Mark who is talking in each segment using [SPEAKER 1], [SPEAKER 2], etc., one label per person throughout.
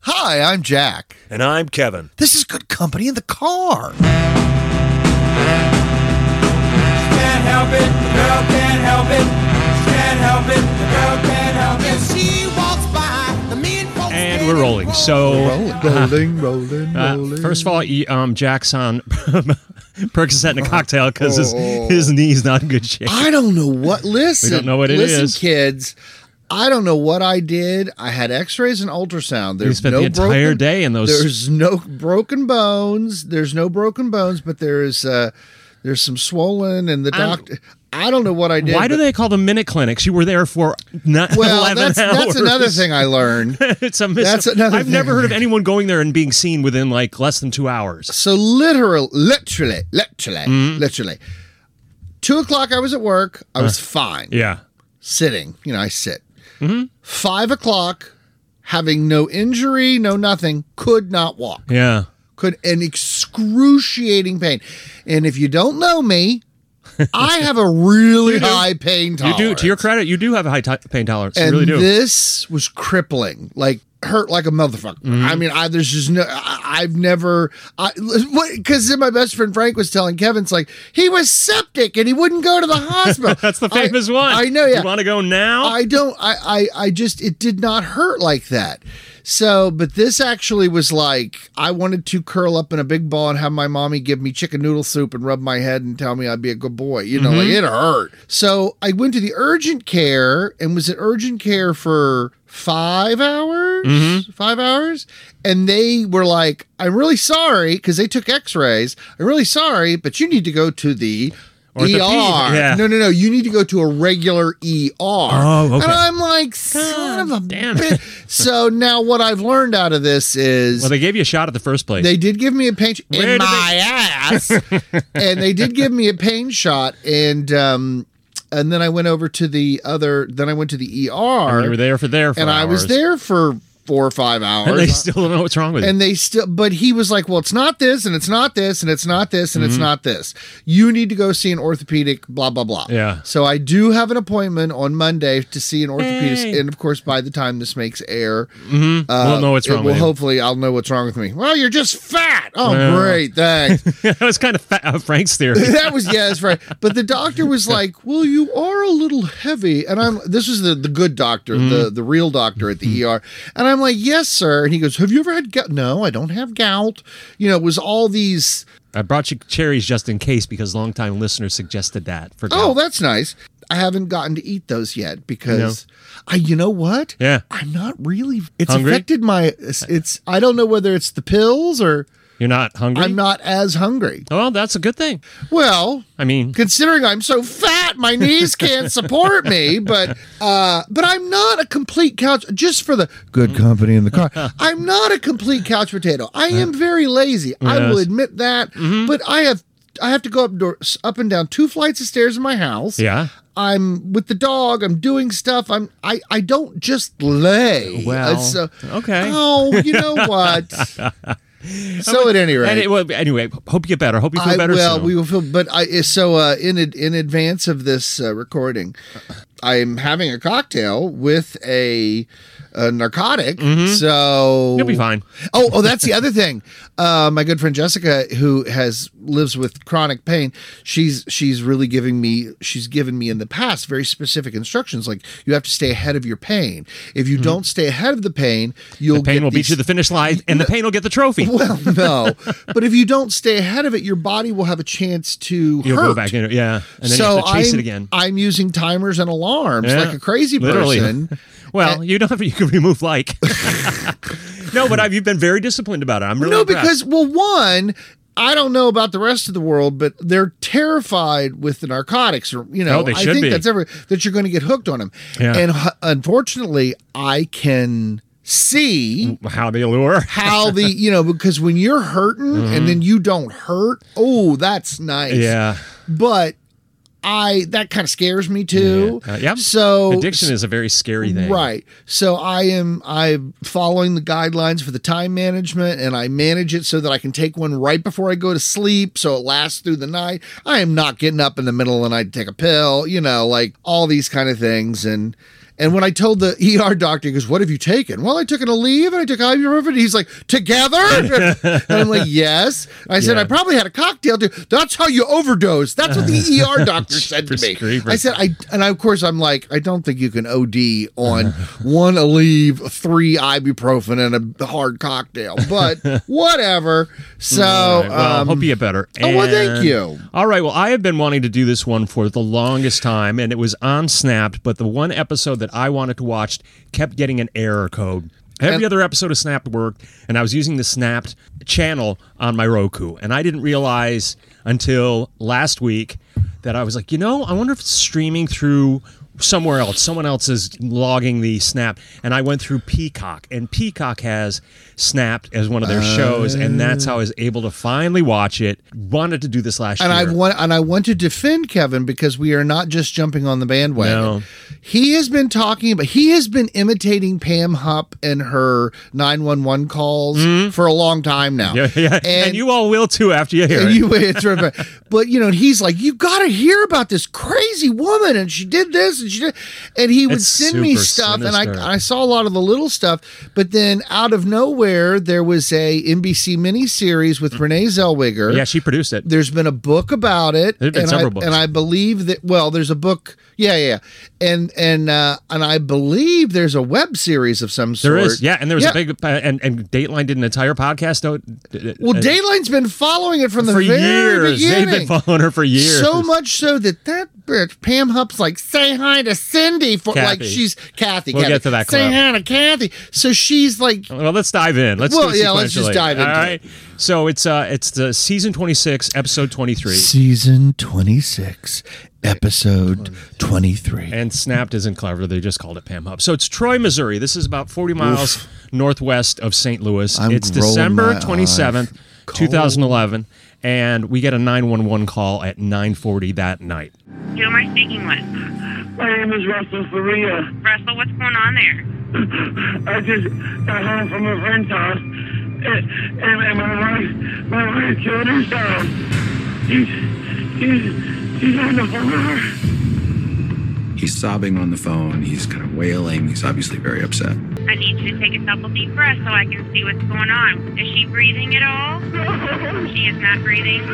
[SPEAKER 1] Hi, I'm Jack.
[SPEAKER 2] And I'm Kevin.
[SPEAKER 1] This is good company in the car.
[SPEAKER 3] can't help it, the girl can't help it. She can't help it, the girl can't help it. she walks by, the mean folks
[SPEAKER 4] And we're rolling. So, uh-huh.
[SPEAKER 1] Rolling, rolling, rolling,
[SPEAKER 4] uh,
[SPEAKER 1] rolling.
[SPEAKER 4] first of all, e- um, Jack's on Percocet and a cocktail because his,
[SPEAKER 1] Oh.
[SPEAKER 4] his knee's not in good shape.
[SPEAKER 1] I don't know what. Listen,
[SPEAKER 4] know what it
[SPEAKER 1] listen,
[SPEAKER 4] is.
[SPEAKER 1] kids. I don't know what I did. I had X-rays and ultrasound. There's
[SPEAKER 4] spent
[SPEAKER 1] no
[SPEAKER 4] the entire
[SPEAKER 1] broken,
[SPEAKER 4] day in those-
[SPEAKER 1] There's no broken bones. There's no broken bones, but there is. Uh, there's some swollen, and the
[SPEAKER 4] I'm-
[SPEAKER 1] doctor. I don't know what I did.
[SPEAKER 4] Why do
[SPEAKER 1] but-
[SPEAKER 4] they call them minute clinics? You were there for not
[SPEAKER 1] Well,
[SPEAKER 4] 11
[SPEAKER 1] that's
[SPEAKER 4] hours.
[SPEAKER 1] that's another thing I learned.
[SPEAKER 4] it's a mis-
[SPEAKER 1] That's another
[SPEAKER 4] I've
[SPEAKER 1] thing.
[SPEAKER 4] never heard of anyone going there and being seen within like less than two hours. Mm-hmm.
[SPEAKER 1] So literal, literally, literally, literally. Two o'clock, I was at work. I was fine.
[SPEAKER 4] Yeah.
[SPEAKER 1] sitting. You know, I sit. Five o'clock, having no injury, no nothing, could not walk.
[SPEAKER 4] Yeah.
[SPEAKER 1] Could an excruciating pain. And if you don't know me, I have a really high pain
[SPEAKER 4] You
[SPEAKER 1] tolerance.
[SPEAKER 4] do, to your credit, you do have a high to- pain tolerance.
[SPEAKER 1] and
[SPEAKER 4] you really do.
[SPEAKER 1] this was crippling. Like hurt like a motherfucker.
[SPEAKER 4] Mm-hmm.
[SPEAKER 1] I mean, I there's just no. I, I've never. I because then my best friend Frank was telling Kevin's like he was septic and he wouldn't go to the hospital.
[SPEAKER 4] That's the
[SPEAKER 1] I-
[SPEAKER 4] famous one.
[SPEAKER 1] I know. Yeah.
[SPEAKER 4] You want to go now?
[SPEAKER 1] I don't. I, I. I just. It did not hurt like that. So, but this actually was like I wanted to curl up in a big ball and have my mommy give me chicken noodle soup and rub my head and tell me I'd be a good boy. You know, like
[SPEAKER 4] Mm-hmm.
[SPEAKER 1] it hurt. So I went to the urgent care and was at urgent care for five hours,
[SPEAKER 4] Mm-hmm.
[SPEAKER 1] five hours, and they were like, "I'm really sorry," because they took X-rays. I'm really sorry, but you need to go to the. ER.
[SPEAKER 4] Orthopedic, yeah.
[SPEAKER 1] No, no, no. You need to go to a regular ER. Oh,
[SPEAKER 4] okay.
[SPEAKER 1] And I'm like, son of a
[SPEAKER 4] damn.
[SPEAKER 1] bit. So now what I've learned out of this is
[SPEAKER 4] well, they gave you a shot at the first place.
[SPEAKER 1] they did give me a pain sh-
[SPEAKER 4] Where
[SPEAKER 1] in
[SPEAKER 4] did
[SPEAKER 1] my ass, and they did give me a pain shot, and um, and then I went over to the other. Then I went to the ER,
[SPEAKER 4] And you were there for there for
[SPEAKER 1] and I was
[SPEAKER 4] hours.
[SPEAKER 1] there for four or five hours.
[SPEAKER 4] And they still don't know what's wrong with you.
[SPEAKER 1] And they still, but he was like, well, it's not this, and it's not this, and it's not this, and it's
[SPEAKER 4] Mm-hmm.
[SPEAKER 1] not this. You need to go see an orthopedic, blah, blah, blah.
[SPEAKER 4] Yeah.
[SPEAKER 1] So I do have an appointment on Monday to see an orthopedist.
[SPEAKER 4] Hey.
[SPEAKER 1] And of course, by the time this makes air,
[SPEAKER 4] Mm-hmm.
[SPEAKER 1] uh,
[SPEAKER 4] we'll know what's
[SPEAKER 1] it
[SPEAKER 4] wrong
[SPEAKER 1] will
[SPEAKER 4] with you.
[SPEAKER 1] hopefully I'll know what's wrong with me. Well, you're just fat. Oh,
[SPEAKER 4] Yeah.
[SPEAKER 1] great. Thanks.
[SPEAKER 4] that was kind of fa- uh, Frank's theory.
[SPEAKER 1] that was, yeah, that's right. But the doctor was like, well, you are a little heavy. And I'm, this was the, the good doctor, the,
[SPEAKER 4] Mm-hmm.
[SPEAKER 1] the real doctor at the ER. And I'm like, yes, sir. And he goes, have you ever had gout? No, I don't have gout. You know, it was all these,
[SPEAKER 4] I brought you cherries just in case because longtime listeners suggested that. For
[SPEAKER 1] oh,
[SPEAKER 4] Dell.
[SPEAKER 1] that's nice. I haven't gotten to eat those yet because I, you know what?
[SPEAKER 4] Yeah.
[SPEAKER 1] I'm not really, it's
[SPEAKER 4] Hungry?
[SPEAKER 1] affected my, it's, it's, I don't know whether it's the pills or
[SPEAKER 4] you're not hungry. Oh,
[SPEAKER 1] I'm not as hungry.
[SPEAKER 4] Well, that's a good thing.
[SPEAKER 1] Well,
[SPEAKER 4] I mean,
[SPEAKER 1] considering I'm so fat, my knees can't support me. But uh, but I'm not a complete couch. Just for the good company in the car, I'm not a complete couch potato. I am very lazy. I
[SPEAKER 4] Uh-huh.
[SPEAKER 1] will
[SPEAKER 4] Yes. Mm-hmm.
[SPEAKER 1] admit that. But I have I have to go up door, up and down two flights of stairs in my house.
[SPEAKER 4] yeah.
[SPEAKER 1] I'm with the dog. I'm doing stuff. I'm I I don't just lay.
[SPEAKER 4] Well,
[SPEAKER 1] Uh, so-
[SPEAKER 4] okay.
[SPEAKER 1] Oh, you know what? so at any rate,
[SPEAKER 4] And it- well, anyway, hope you get better. Hope you feel
[SPEAKER 1] I
[SPEAKER 4] better
[SPEAKER 1] well,
[SPEAKER 4] soon.
[SPEAKER 1] we will feel. But I so uh, in ad- in advance of this uh, recording, I'm having a cocktail with a, a narcotic. So
[SPEAKER 4] Mm-hmm. You'll be fine.
[SPEAKER 1] Oh, oh, that's the other thing. Uh, my good friend Jessica, who has lives with chronic pain, she's she's really giving me she's given me in the past very specific instructions. Like you have to stay ahead of your pain. If you don't stay ahead of the pain, you'll
[SPEAKER 4] Mm-hmm. the pain
[SPEAKER 1] get
[SPEAKER 4] will beat
[SPEAKER 1] these
[SPEAKER 4] you to the finish line, and the pain will get the trophy.
[SPEAKER 1] well, no. but if you don't stay ahead of it, your body will have a chance to
[SPEAKER 4] You'll
[SPEAKER 1] hurt.
[SPEAKER 4] go back in it, yeah, and then
[SPEAKER 1] so
[SPEAKER 4] you have to chase
[SPEAKER 1] I'm,
[SPEAKER 4] it again.
[SPEAKER 1] I'm using timers and alarms
[SPEAKER 4] Yeah,
[SPEAKER 1] like a crazy
[SPEAKER 4] literally.
[SPEAKER 1] person.
[SPEAKER 4] Well, you don't have you can remove like. no, but I've, you've been very disciplined about it. I'm really
[SPEAKER 1] no,
[SPEAKER 4] impressed.
[SPEAKER 1] because well, one, I don't know about the rest of the world, but they're terrified with the narcotics, or you know,
[SPEAKER 4] Oh, they
[SPEAKER 1] I
[SPEAKER 4] should
[SPEAKER 1] think
[SPEAKER 4] be.
[SPEAKER 1] that's every that you're going to get hooked on them.
[SPEAKER 4] Yeah.
[SPEAKER 1] And hu- unfortunately, I can see.
[SPEAKER 4] how do you lure?
[SPEAKER 1] How the you know because when you're hurting and then you don't hurt, oh that's nice.
[SPEAKER 4] Mm-hmm. Yeah,
[SPEAKER 1] but I that kind of scares me too.
[SPEAKER 4] Uh, yep.
[SPEAKER 1] So
[SPEAKER 4] addiction is a very scary thing.
[SPEAKER 1] Right. So I am I'm following the guidelines for the time management and I manage it so that I can take one right before I go to sleep so it lasts through the night. I am not getting up in the middle of the night to take a pill, you know, like all these kind of things and And when I told the ER doctor, he goes, What have you taken? Well, I took an Aleve and I took ibuprofen. He's like, Together? and I'm like, Yes. I said,
[SPEAKER 4] Yeah.
[SPEAKER 1] I probably had a cocktail too. That's how you overdose. That's what the ER doctor said to me.
[SPEAKER 4] Prescriber.
[SPEAKER 1] I said, I, and I, of course, I'm like, I don't think you can OD on one Aleve, three ibuprofen, and a hard cocktail, but whatever. So,
[SPEAKER 4] All right, well,
[SPEAKER 1] um,
[SPEAKER 4] hope you get better.
[SPEAKER 1] oh, well, thank
[SPEAKER 4] And-
[SPEAKER 1] you.
[SPEAKER 4] All right. Well, I have been wanting to do this one for the longest time, and it was on Snapped, but the one episode that I wanted to watch kept getting an error code. Every
[SPEAKER 1] And-
[SPEAKER 4] other episode of Snapped worked, and I was using the Snapped channel on my Roku, and I didn't realize until last week that I was like, you know, I wonder if it's streaming through somewhere else. Someone else is logging the Snap, and I went through Peacock, and Peacock has Snapped as one of their shows, and that's how I was able to finally watch it. Wanted to do this last
[SPEAKER 1] and
[SPEAKER 4] year.
[SPEAKER 1] I want and I want to defend Kevin because we are not just jumping on the bandwagon.
[SPEAKER 4] No.
[SPEAKER 1] He has been talking about he has been imitating Pam Hupp and her 911 calls
[SPEAKER 4] Mm-hmm.
[SPEAKER 1] for a long time now.
[SPEAKER 4] yeah, yeah. And, you all will too after you hear
[SPEAKER 1] and
[SPEAKER 4] it.
[SPEAKER 1] you it's right back. but you know and he's like you got to hear about this crazy woman and she did this and she did and he would
[SPEAKER 4] It's
[SPEAKER 1] send me
[SPEAKER 4] super
[SPEAKER 1] stuff and
[SPEAKER 4] sinister.
[SPEAKER 1] I I saw a lot of the little stuff but then out of nowhere there was a NBC miniseries with Renee Zellweger
[SPEAKER 4] Mm. yeah, she produced it.
[SPEAKER 1] there's been a book about it,
[SPEAKER 4] There've been
[SPEAKER 1] and, I,
[SPEAKER 4] several books.
[SPEAKER 1] and I believe that. Well, there's a book, yeah, yeah, yeah. and and uh, and I believe there's a web series of some sort.
[SPEAKER 4] There is, yeah, and there was
[SPEAKER 1] Yeah.
[SPEAKER 4] a big uh, and and Dateline did an entire podcast. Though,
[SPEAKER 1] Well,
[SPEAKER 4] uh,
[SPEAKER 1] Dateline's been following it from the
[SPEAKER 4] for
[SPEAKER 1] very
[SPEAKER 4] years
[SPEAKER 1] beginning.
[SPEAKER 4] they've been following her for years.
[SPEAKER 1] So much so that that bitch Pam Hupp's like say hi to Cindy for like
[SPEAKER 4] Kathy.
[SPEAKER 1] she's Kathy.
[SPEAKER 4] We'll
[SPEAKER 1] Kathy.
[SPEAKER 4] get to that
[SPEAKER 1] Say
[SPEAKER 4] clip.
[SPEAKER 1] hi to Kathy. So she's like
[SPEAKER 4] Well, let's dive in. Let's
[SPEAKER 1] Well,
[SPEAKER 4] do it
[SPEAKER 1] yeah, let's just
[SPEAKER 4] sequentially.
[SPEAKER 1] dive into
[SPEAKER 4] All right. So it's uh, it's the season twenty six, episode twenty three,
[SPEAKER 1] season twenty six, episode twenty three.
[SPEAKER 4] and Snapped isn't clever. They just called it Pam Hub. So it's Troy, Missouri. This is about forty miles northwest of St. Louis.
[SPEAKER 1] I'm
[SPEAKER 4] it's
[SPEAKER 1] rolling my
[SPEAKER 4] December
[SPEAKER 1] eyes.
[SPEAKER 4] twenty seventh, two thousand eleven, and we get a nine one one call at nine forty that night.
[SPEAKER 2] Who am I speaking with?
[SPEAKER 5] My name is Russell Faria.
[SPEAKER 2] Russell, what's going on there?
[SPEAKER 5] I just got home from a friend's house, and, and, and my wife, my wife killed herself. She's, she's, she's on the floor.
[SPEAKER 6] He's sobbing on the phone. He's kind of wailing. He's obviously very upset.
[SPEAKER 2] I need you to take a couple deep breaths so I can see what's going on. Is she breathing at all? She is not breathing.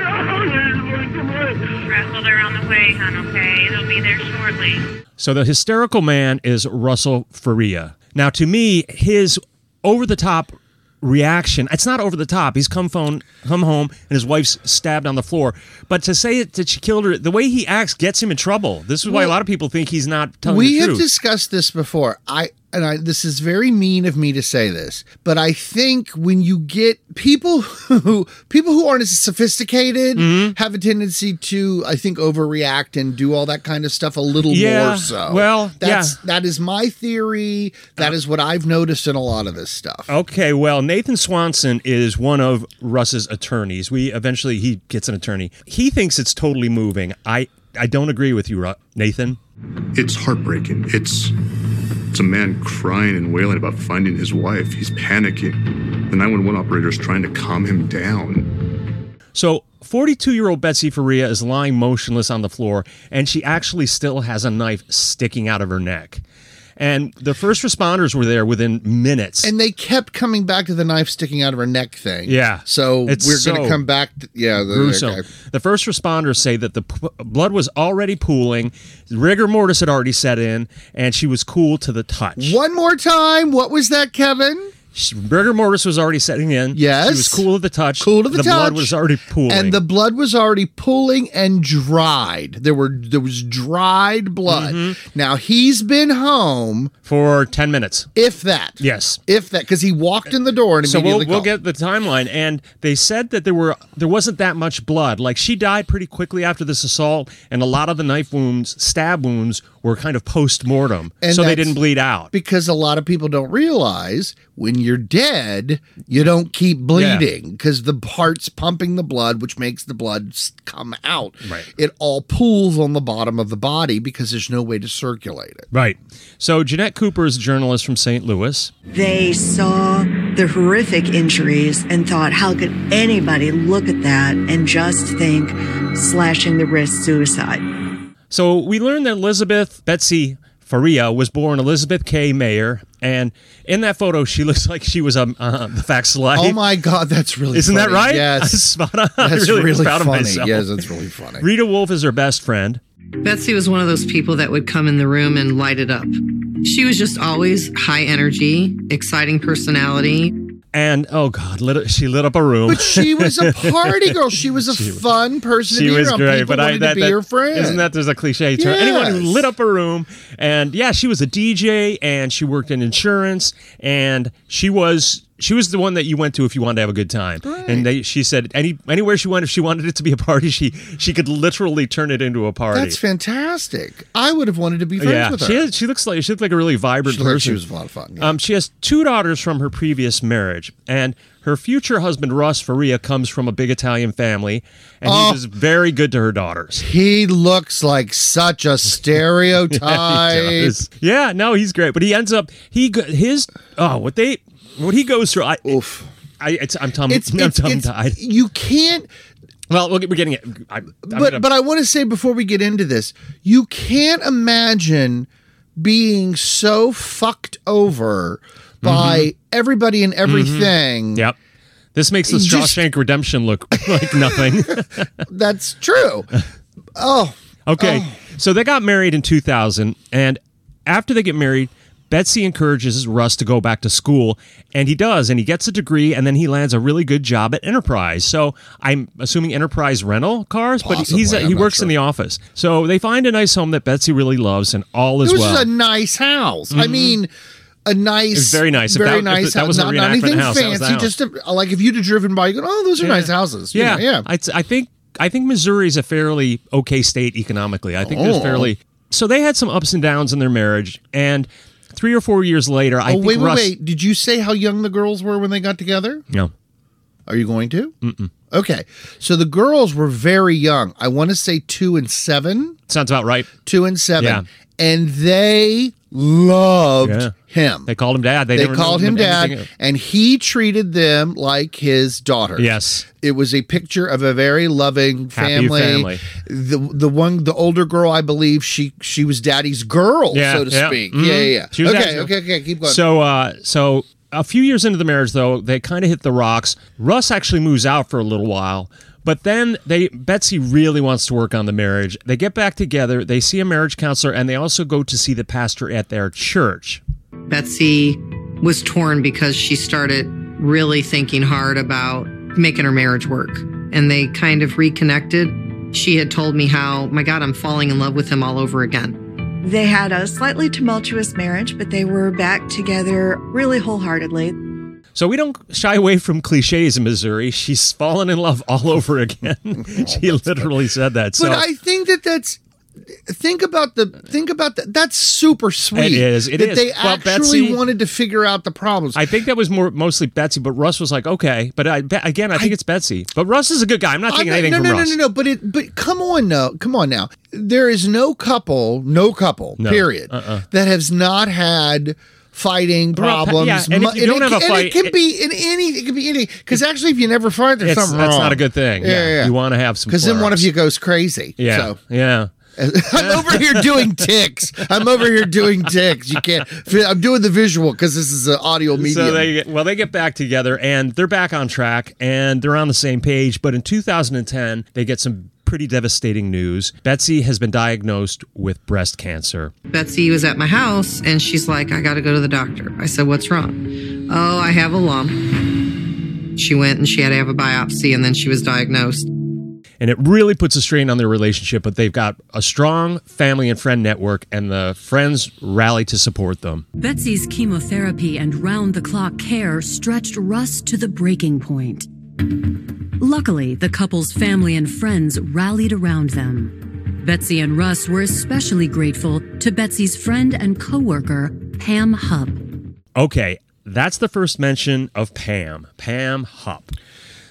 [SPEAKER 2] Russell, they're on the way, hon, okay? They'll be there shortly.
[SPEAKER 4] So the hysterical man is Russell Faria. Now, to me, his over the top reaction it's not over the top he's come phone come home and his wife's stabbed on the floor but to say it that she killed her the way he acts gets him in trouble this is why a lot of people think he's not telling
[SPEAKER 1] we
[SPEAKER 4] the
[SPEAKER 1] have
[SPEAKER 4] truth
[SPEAKER 1] discussed this before i and i this is very mean of me to say this but i think when you get people who people who aren't as sophisticated
[SPEAKER 4] Mm-hmm.
[SPEAKER 1] have a tendency to i think overreact and do all that kind of stuff a little
[SPEAKER 4] Yeah,
[SPEAKER 1] more so
[SPEAKER 4] well,
[SPEAKER 1] that's
[SPEAKER 4] yeah.
[SPEAKER 1] that is my theory That is what i've noticed in a lot of this stuff
[SPEAKER 4] Okay, well, Nathan Swanson is one of Russ's attorneys. We eventually he gets an attorney. He thinks it's totally moving. I I don't agree with you, Ru- Nathan.
[SPEAKER 7] It's heartbreaking. It's it's a man crying and wailing about finding his wife. He's panicking. The 911 operator is trying to calm him down.
[SPEAKER 4] So, 42 year old Betsy Faria is lying motionless on the floor, and she actually still has a knife sticking out of her neck. And the first responders were there within minutes.
[SPEAKER 1] and they kept coming back to the knife sticking out of her neck thing
[SPEAKER 4] Yeah.
[SPEAKER 1] so
[SPEAKER 4] It's
[SPEAKER 1] we're
[SPEAKER 4] so
[SPEAKER 1] gonna come back to, yeah the,
[SPEAKER 4] gruesome. The first responders say that the p- blood was already pooling, rigor mortis had already set in, and she was cool to the touch.
[SPEAKER 1] one more time what was that kevin
[SPEAKER 4] She, rigor mortis was already setting in.
[SPEAKER 1] Yes.
[SPEAKER 4] She was cool to the touch.
[SPEAKER 1] cool to the, touch.
[SPEAKER 4] blood was already pooling.
[SPEAKER 1] and the blood was already pooling and dried. There were there was dried blood. Now he's been home,
[SPEAKER 4] Mm-hmm. for 10 minutes.
[SPEAKER 1] if that,
[SPEAKER 4] Yes.
[SPEAKER 1] if that, because he walked in the door and
[SPEAKER 4] So we'll,
[SPEAKER 1] immediately
[SPEAKER 4] we'll get
[SPEAKER 1] called.
[SPEAKER 4] the timeline, and they said that there were there wasn't that much blood. Like she died pretty quickly after this assault, and a lot of the knife wounds, stab wounds, were kind of post mortem,
[SPEAKER 1] And
[SPEAKER 4] so they
[SPEAKER 1] that's-
[SPEAKER 4] didn't bleed out.
[SPEAKER 1] because a lot of people don't realize when you're dead, you don't keep bleeding because the heart's pumping the blood, which makes the blood s- come out.
[SPEAKER 4] Right.
[SPEAKER 1] It all pools on the bottom of the body because there's no way to circulate it.
[SPEAKER 4] Right. So Jeanette Cooper is a journalist from St. Louis.
[SPEAKER 8] They saw the horrific injuries and thought, how could anybody look at that and just think slashing the wrist suicide?
[SPEAKER 4] So we learned that Elizabeth Betsy Faria was born Elizabeth K. Mayer, and in that photo, she looks like she was um, uh, the fact slide.
[SPEAKER 1] Oh my God, that's really
[SPEAKER 4] Isn't that
[SPEAKER 1] funny.
[SPEAKER 4] right?
[SPEAKER 1] Yes.
[SPEAKER 4] Spot on. I'm
[SPEAKER 1] That's
[SPEAKER 4] really,
[SPEAKER 1] really,
[SPEAKER 4] proud
[SPEAKER 1] funny.
[SPEAKER 4] of myself.
[SPEAKER 1] Yes, that's really funny.
[SPEAKER 4] Rita Wolf is her best friend.
[SPEAKER 9] Betsy was one of those people that would come in the room and light it up. She was just always high energy, exciting personality.
[SPEAKER 4] And oh god, lit she lit up a room.
[SPEAKER 1] But she was a party girl. She was a fun person
[SPEAKER 4] she
[SPEAKER 1] to be
[SPEAKER 4] was
[SPEAKER 1] around.
[SPEAKER 4] great,
[SPEAKER 1] People
[SPEAKER 4] but
[SPEAKER 1] wanted
[SPEAKER 4] I that,
[SPEAKER 1] to be
[SPEAKER 4] that
[SPEAKER 1] your friend.
[SPEAKER 4] isn't that there's a cliche term. Anyone who
[SPEAKER 1] Yes.
[SPEAKER 4] lit up a room, and yeah, she was a DJ, and she worked in insurance, and she was she was the one that you went to if you wanted to have a good time. And they, she said any anywhere she went, if she wanted it to be a party, she she could literally turn it into a party.
[SPEAKER 1] That's fantastic. I would have wanted to be friends
[SPEAKER 4] yeah,
[SPEAKER 1] with her.
[SPEAKER 4] she is- she looks like she looked like a really vibrant
[SPEAKER 1] She
[SPEAKER 4] person.
[SPEAKER 1] looked- she was a lot of fun. yeah.
[SPEAKER 4] Um, she has two daughters from her previous marriage, and her future husband Russ Faria comes from a big Italian family, and he was very good to her daughters.
[SPEAKER 1] Oh. he looks like such a
[SPEAKER 4] He
[SPEAKER 1] stereotype.
[SPEAKER 4] does. Yeah, no, he's great, but he ends up he go- his oh what they what he goes through. I, Oof. I, it's, I'm tongue.
[SPEAKER 1] it's,
[SPEAKER 4] I'm
[SPEAKER 1] it's, it's-
[SPEAKER 4] tongue-tied.
[SPEAKER 1] you can't
[SPEAKER 4] Well, we're, we're getting it. I,
[SPEAKER 1] but but I want to say before we get into this, you can't imagine being so fucked over
[SPEAKER 4] Mm-hmm.
[SPEAKER 1] by everybody and everything.
[SPEAKER 4] yep. This makes the
[SPEAKER 1] You just-
[SPEAKER 4] Shawshank Redemption look like nothing.
[SPEAKER 1] That's true. oh,
[SPEAKER 4] Okay. So they got married in 2000. And after they get married, Betsy encourages Russ to go back to school. And he does. And he gets a degree. And then he lands a really good job at Enterprise. So I'm assuming Enterprise rental cars, but
[SPEAKER 1] Possibly,
[SPEAKER 4] he's
[SPEAKER 1] I'm
[SPEAKER 4] he
[SPEAKER 1] not
[SPEAKER 4] works
[SPEAKER 1] sure.
[SPEAKER 4] in the office. So they find a nice home that Betsy really loves and all
[SPEAKER 1] it
[SPEAKER 4] is
[SPEAKER 1] was
[SPEAKER 4] well.
[SPEAKER 1] a nice house. I mean, a nice,
[SPEAKER 4] was very nice. If
[SPEAKER 1] very
[SPEAKER 4] that- if
[SPEAKER 1] nice.
[SPEAKER 4] that
[SPEAKER 1] house.
[SPEAKER 4] wasn't a
[SPEAKER 1] not, not
[SPEAKER 4] reenactment
[SPEAKER 1] anything
[SPEAKER 4] house, that was
[SPEAKER 1] fancy.
[SPEAKER 4] the house.
[SPEAKER 1] Just a, like if you'd have driven by, you go, oh, those are nice houses. You
[SPEAKER 4] yeah.
[SPEAKER 1] know, yeah.
[SPEAKER 4] I'd s- I, think I think Missouri is a fairly okay state economically. I think there's
[SPEAKER 1] Oh.
[SPEAKER 4] fairly. So they had some ups and downs in their marriage. And three or four years later, I
[SPEAKER 1] oh
[SPEAKER 4] think
[SPEAKER 1] wait, wait,
[SPEAKER 4] Russ.
[SPEAKER 1] wait! Did you say how young the girls were when they got together?
[SPEAKER 4] No.
[SPEAKER 1] Are you going to? Mm-mm. Okay, so the girls were very young. I want to say two and seven.
[SPEAKER 4] Sounds about right.
[SPEAKER 1] two and seven,
[SPEAKER 4] Yeah.
[SPEAKER 1] and they loved
[SPEAKER 4] Yeah.
[SPEAKER 1] him.
[SPEAKER 4] They called him dad. They,
[SPEAKER 1] They
[SPEAKER 4] never
[SPEAKER 1] called
[SPEAKER 4] named
[SPEAKER 1] him dad,
[SPEAKER 4] anything.
[SPEAKER 1] and he treated them like his daughter.
[SPEAKER 4] Yes.
[SPEAKER 1] it was a picture of a very loving
[SPEAKER 4] Happy
[SPEAKER 1] family.
[SPEAKER 4] family.
[SPEAKER 1] The the one, the older girl, I believe she she was daddy's girl,
[SPEAKER 4] Yeah,
[SPEAKER 1] Oh, so to
[SPEAKER 4] yeah.
[SPEAKER 1] speak.
[SPEAKER 4] Mhm.
[SPEAKER 1] Yeah, yeah. yeah.
[SPEAKER 4] She was daddy's
[SPEAKER 1] okay,
[SPEAKER 4] girl.
[SPEAKER 1] okay, okay. Keep going.
[SPEAKER 4] So, uh, so a few years into the marriage, though, they kind of hit the rocks. Russ actually moves out for a little while, but then they Betsy really wants to work on the marriage. They get back together. They see a marriage counselor, and they also go to see the pastor at their church.
[SPEAKER 9] Betsy was torn because she started really thinking hard about making her marriage work. And they kind of reconnected. She had told me how, my God, I'm falling in love with him all over again.
[SPEAKER 8] They had a slightly tumultuous marriage, but they were back together really wholeheartedly.
[SPEAKER 4] So we don't shy away from cliches in Missouri. She's fallen in love all over again. she literally said that. So
[SPEAKER 1] Oh, but I think that that's. Think about the think about that. That's super sweet.
[SPEAKER 4] is, it
[SPEAKER 1] that
[SPEAKER 4] is.
[SPEAKER 1] they
[SPEAKER 4] Well,
[SPEAKER 1] actually
[SPEAKER 4] Betsy-
[SPEAKER 1] wanted to figure out the problems.
[SPEAKER 4] I think that was more mostly Betsy, but Russ was like, okay. But I, be- again, I think it's Betsy. But Russ is a good guy. I'm not taking
[SPEAKER 1] I'm
[SPEAKER 4] anything from
[SPEAKER 1] not- no, no,
[SPEAKER 4] Russ.
[SPEAKER 1] no, no, no. But it, but come on now, come on now. There is no couple, no couple,
[SPEAKER 4] No. Uh-uh.
[SPEAKER 1] period, that has not had fighting
[SPEAKER 4] Well, pa-
[SPEAKER 1] problems.
[SPEAKER 4] yeah, and if
[SPEAKER 1] Mu-
[SPEAKER 4] you don't
[SPEAKER 1] it,
[SPEAKER 4] have a
[SPEAKER 1] and
[SPEAKER 4] fight,
[SPEAKER 1] it can
[SPEAKER 4] it-
[SPEAKER 1] be in any. It can be any. Because actually, if you never fight, there's
[SPEAKER 4] It's, that's
[SPEAKER 1] something wrong.
[SPEAKER 4] not a good thing.
[SPEAKER 1] Yeah, yeah, yeah.
[SPEAKER 4] you want to have some.
[SPEAKER 1] Because then one of
[SPEAKER 4] flare-ups.
[SPEAKER 1] you goes crazy.
[SPEAKER 4] Yeah,
[SPEAKER 1] So.
[SPEAKER 4] yeah.
[SPEAKER 1] I'm over here doing ticks. I'm over here doing ticks. You can't. I'm doing the visual because this is an audio medium.
[SPEAKER 4] So they get, well, they get back together and they're back on track and they're on the same page. But in 2010, they get some pretty devastating news. Betsy has been diagnosed with breast cancer.
[SPEAKER 9] Betsy was at my house and she's like, I got to go to the doctor. I said, What's wrong? Oh, I have a lump. She went and she had to have a biopsy and then she was diagnosed.
[SPEAKER 4] and it really puts a strain on their relationship. But they've got a strong family and friend network, and the friends rally to support them.
[SPEAKER 10] Betsy's chemotherapy and round the clock care stretched Russ to the breaking point. Luckily, the couple's family and friends rallied around them. Betsy and Russ were especially grateful to Betsy's friend and coworker, Pam Hupp.
[SPEAKER 4] Okay, that's the first mention of Pam, Pam Hupp.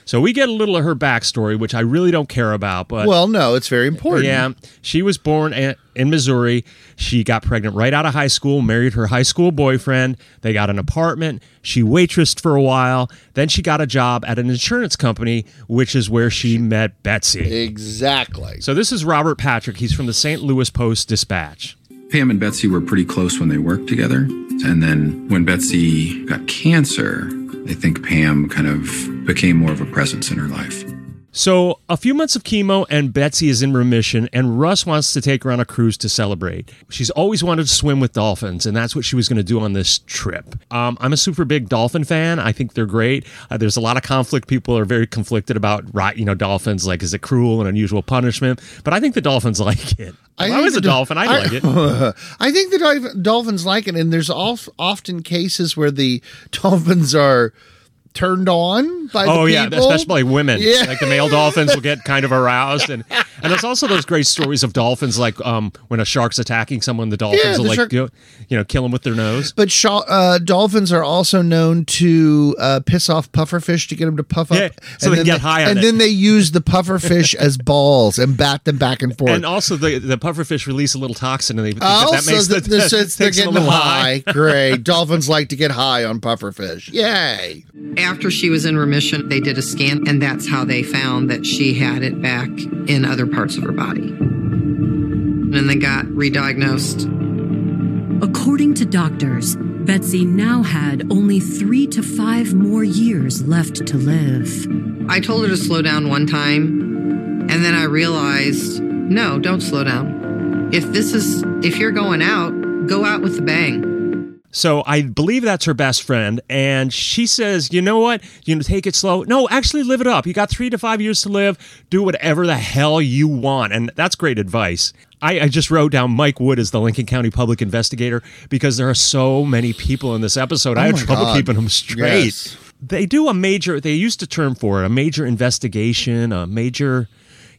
[SPEAKER 4] So we get a little of her backstory, which I really don't care about, but.
[SPEAKER 1] well, no, it's very important.
[SPEAKER 4] yeah, she was born a- in Missouri. She got pregnant right out of high school, married her high school boyfriend. They got an apartment. She waitressed for a while. Then she got a job at an insurance company, which is where she met Betsy.
[SPEAKER 1] Exactly.
[SPEAKER 4] So this is Robert Patrick. He's from the St. Louis Post Dispatch.
[SPEAKER 6] Pam and Betsy were pretty close when they worked together. And then when Betsy got cancer, I think Pam kind of became more of a presence in her life.
[SPEAKER 4] So, a few months of chemo, and Betsy is in remission, and Russ wants to take her on a cruise to celebrate. She's always wanted to swim with dolphins, and that's what she was going to do on this trip. Um, I'm a super big dolphin fan. I think they're great. Uh, there's a lot of conflict. People are very conflicted about, right, you know, dolphins. Like, is it cruel and unusual punishment? But I think the dolphins like it. If I,
[SPEAKER 1] think
[SPEAKER 4] was a
[SPEAKER 1] the dol-
[SPEAKER 4] dolphin, I'd
[SPEAKER 1] I-
[SPEAKER 4] like it.
[SPEAKER 1] I think the dol- dolphins like it, and there's alf- often cases where the dolphins are turned on by
[SPEAKER 4] oh
[SPEAKER 1] the
[SPEAKER 4] yeah,
[SPEAKER 1] people.
[SPEAKER 4] especially women.
[SPEAKER 1] Yeah.
[SPEAKER 4] Like the male dolphins will get kind of aroused, and and there's also those great stories of dolphins, like um when a shark's attacking someone, the dolphins
[SPEAKER 1] Yeah,
[SPEAKER 4] will
[SPEAKER 1] the
[SPEAKER 4] like
[SPEAKER 1] shark-
[SPEAKER 4] go, you know kill them with their nose.
[SPEAKER 1] But sh- uh, dolphins are also known to uh, piss off pufferfish to get them to puff up.
[SPEAKER 4] Yeah, so they
[SPEAKER 1] then
[SPEAKER 4] get high on
[SPEAKER 1] And
[SPEAKER 4] it.
[SPEAKER 1] then they use the pufferfish as balls and bat them back and forth.
[SPEAKER 4] And also the the pufferfish release a little toxin, and they
[SPEAKER 1] Oh,
[SPEAKER 4] that makes
[SPEAKER 1] so
[SPEAKER 4] the,
[SPEAKER 1] th- th- since they're
[SPEAKER 4] takes them a
[SPEAKER 1] getting
[SPEAKER 4] little
[SPEAKER 1] high. Great. Dolphins like to get high on pufferfish. Yay.
[SPEAKER 9] After she was in remission, they did a scan, and that's how they found that she had it back in other parts of her body. And then got re-diagnosed.
[SPEAKER 10] According to doctors, Betsy now had only three to five more years left to live.
[SPEAKER 9] I told her to slow down one time, and then I realized, no, don't slow down. If this is, if you're going out, go out with a bang.
[SPEAKER 4] So I believe that's her best friend, and she says, "You know what? You know, take it slow. No, actually, live it up. You got three to five years to live. Do whatever the hell you want." And that's great advice. I, I just wrote down Mike Wood as the Lincoln County Public Investigator because there are so many people in this episode.
[SPEAKER 1] Oh
[SPEAKER 4] I had
[SPEAKER 1] my
[SPEAKER 4] trouble
[SPEAKER 1] God.
[SPEAKER 4] keeping them straight.
[SPEAKER 1] Yes.
[SPEAKER 4] They do a major. They used a term for it: a major investigation, a major.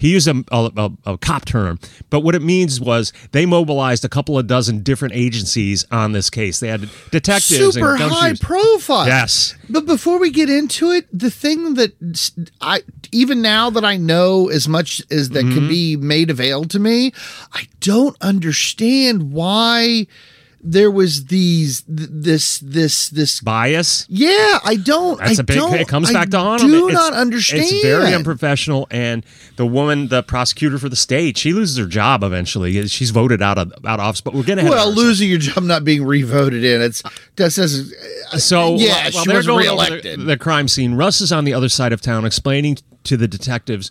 [SPEAKER 4] He used a, a, a- a cop term, but what it means was they mobilized a couple of dozen different agencies on this case. They had detectives,
[SPEAKER 1] Super
[SPEAKER 4] and
[SPEAKER 1] high
[SPEAKER 4] gumshoes.
[SPEAKER 1] profile.
[SPEAKER 4] Yes.
[SPEAKER 1] But before we get into it, the thing that s- I even now that I know as much as that
[SPEAKER 4] Mm-hmm.
[SPEAKER 1] can be made avail to me, I don't understand why there was these th- this this this
[SPEAKER 4] bias.
[SPEAKER 1] Yeah, I don't.
[SPEAKER 4] That's
[SPEAKER 1] I
[SPEAKER 4] a big.
[SPEAKER 1] don't,
[SPEAKER 4] It comes
[SPEAKER 1] I
[SPEAKER 4] back to on.
[SPEAKER 1] Do not understand.
[SPEAKER 4] It's very unprofessional, and the woman, the prosecutor for the state, she loses her job eventually. She's voted out of out of office. But we're gonna have
[SPEAKER 1] Well, losing your job, not being revoted in, it's that says.
[SPEAKER 4] So
[SPEAKER 1] Uh, yeah,
[SPEAKER 4] while- while
[SPEAKER 1] she
[SPEAKER 4] they're
[SPEAKER 1] was
[SPEAKER 4] going
[SPEAKER 1] reelected.
[SPEAKER 4] over the, the crime scene, Russ is on the other side of town explaining to the detectives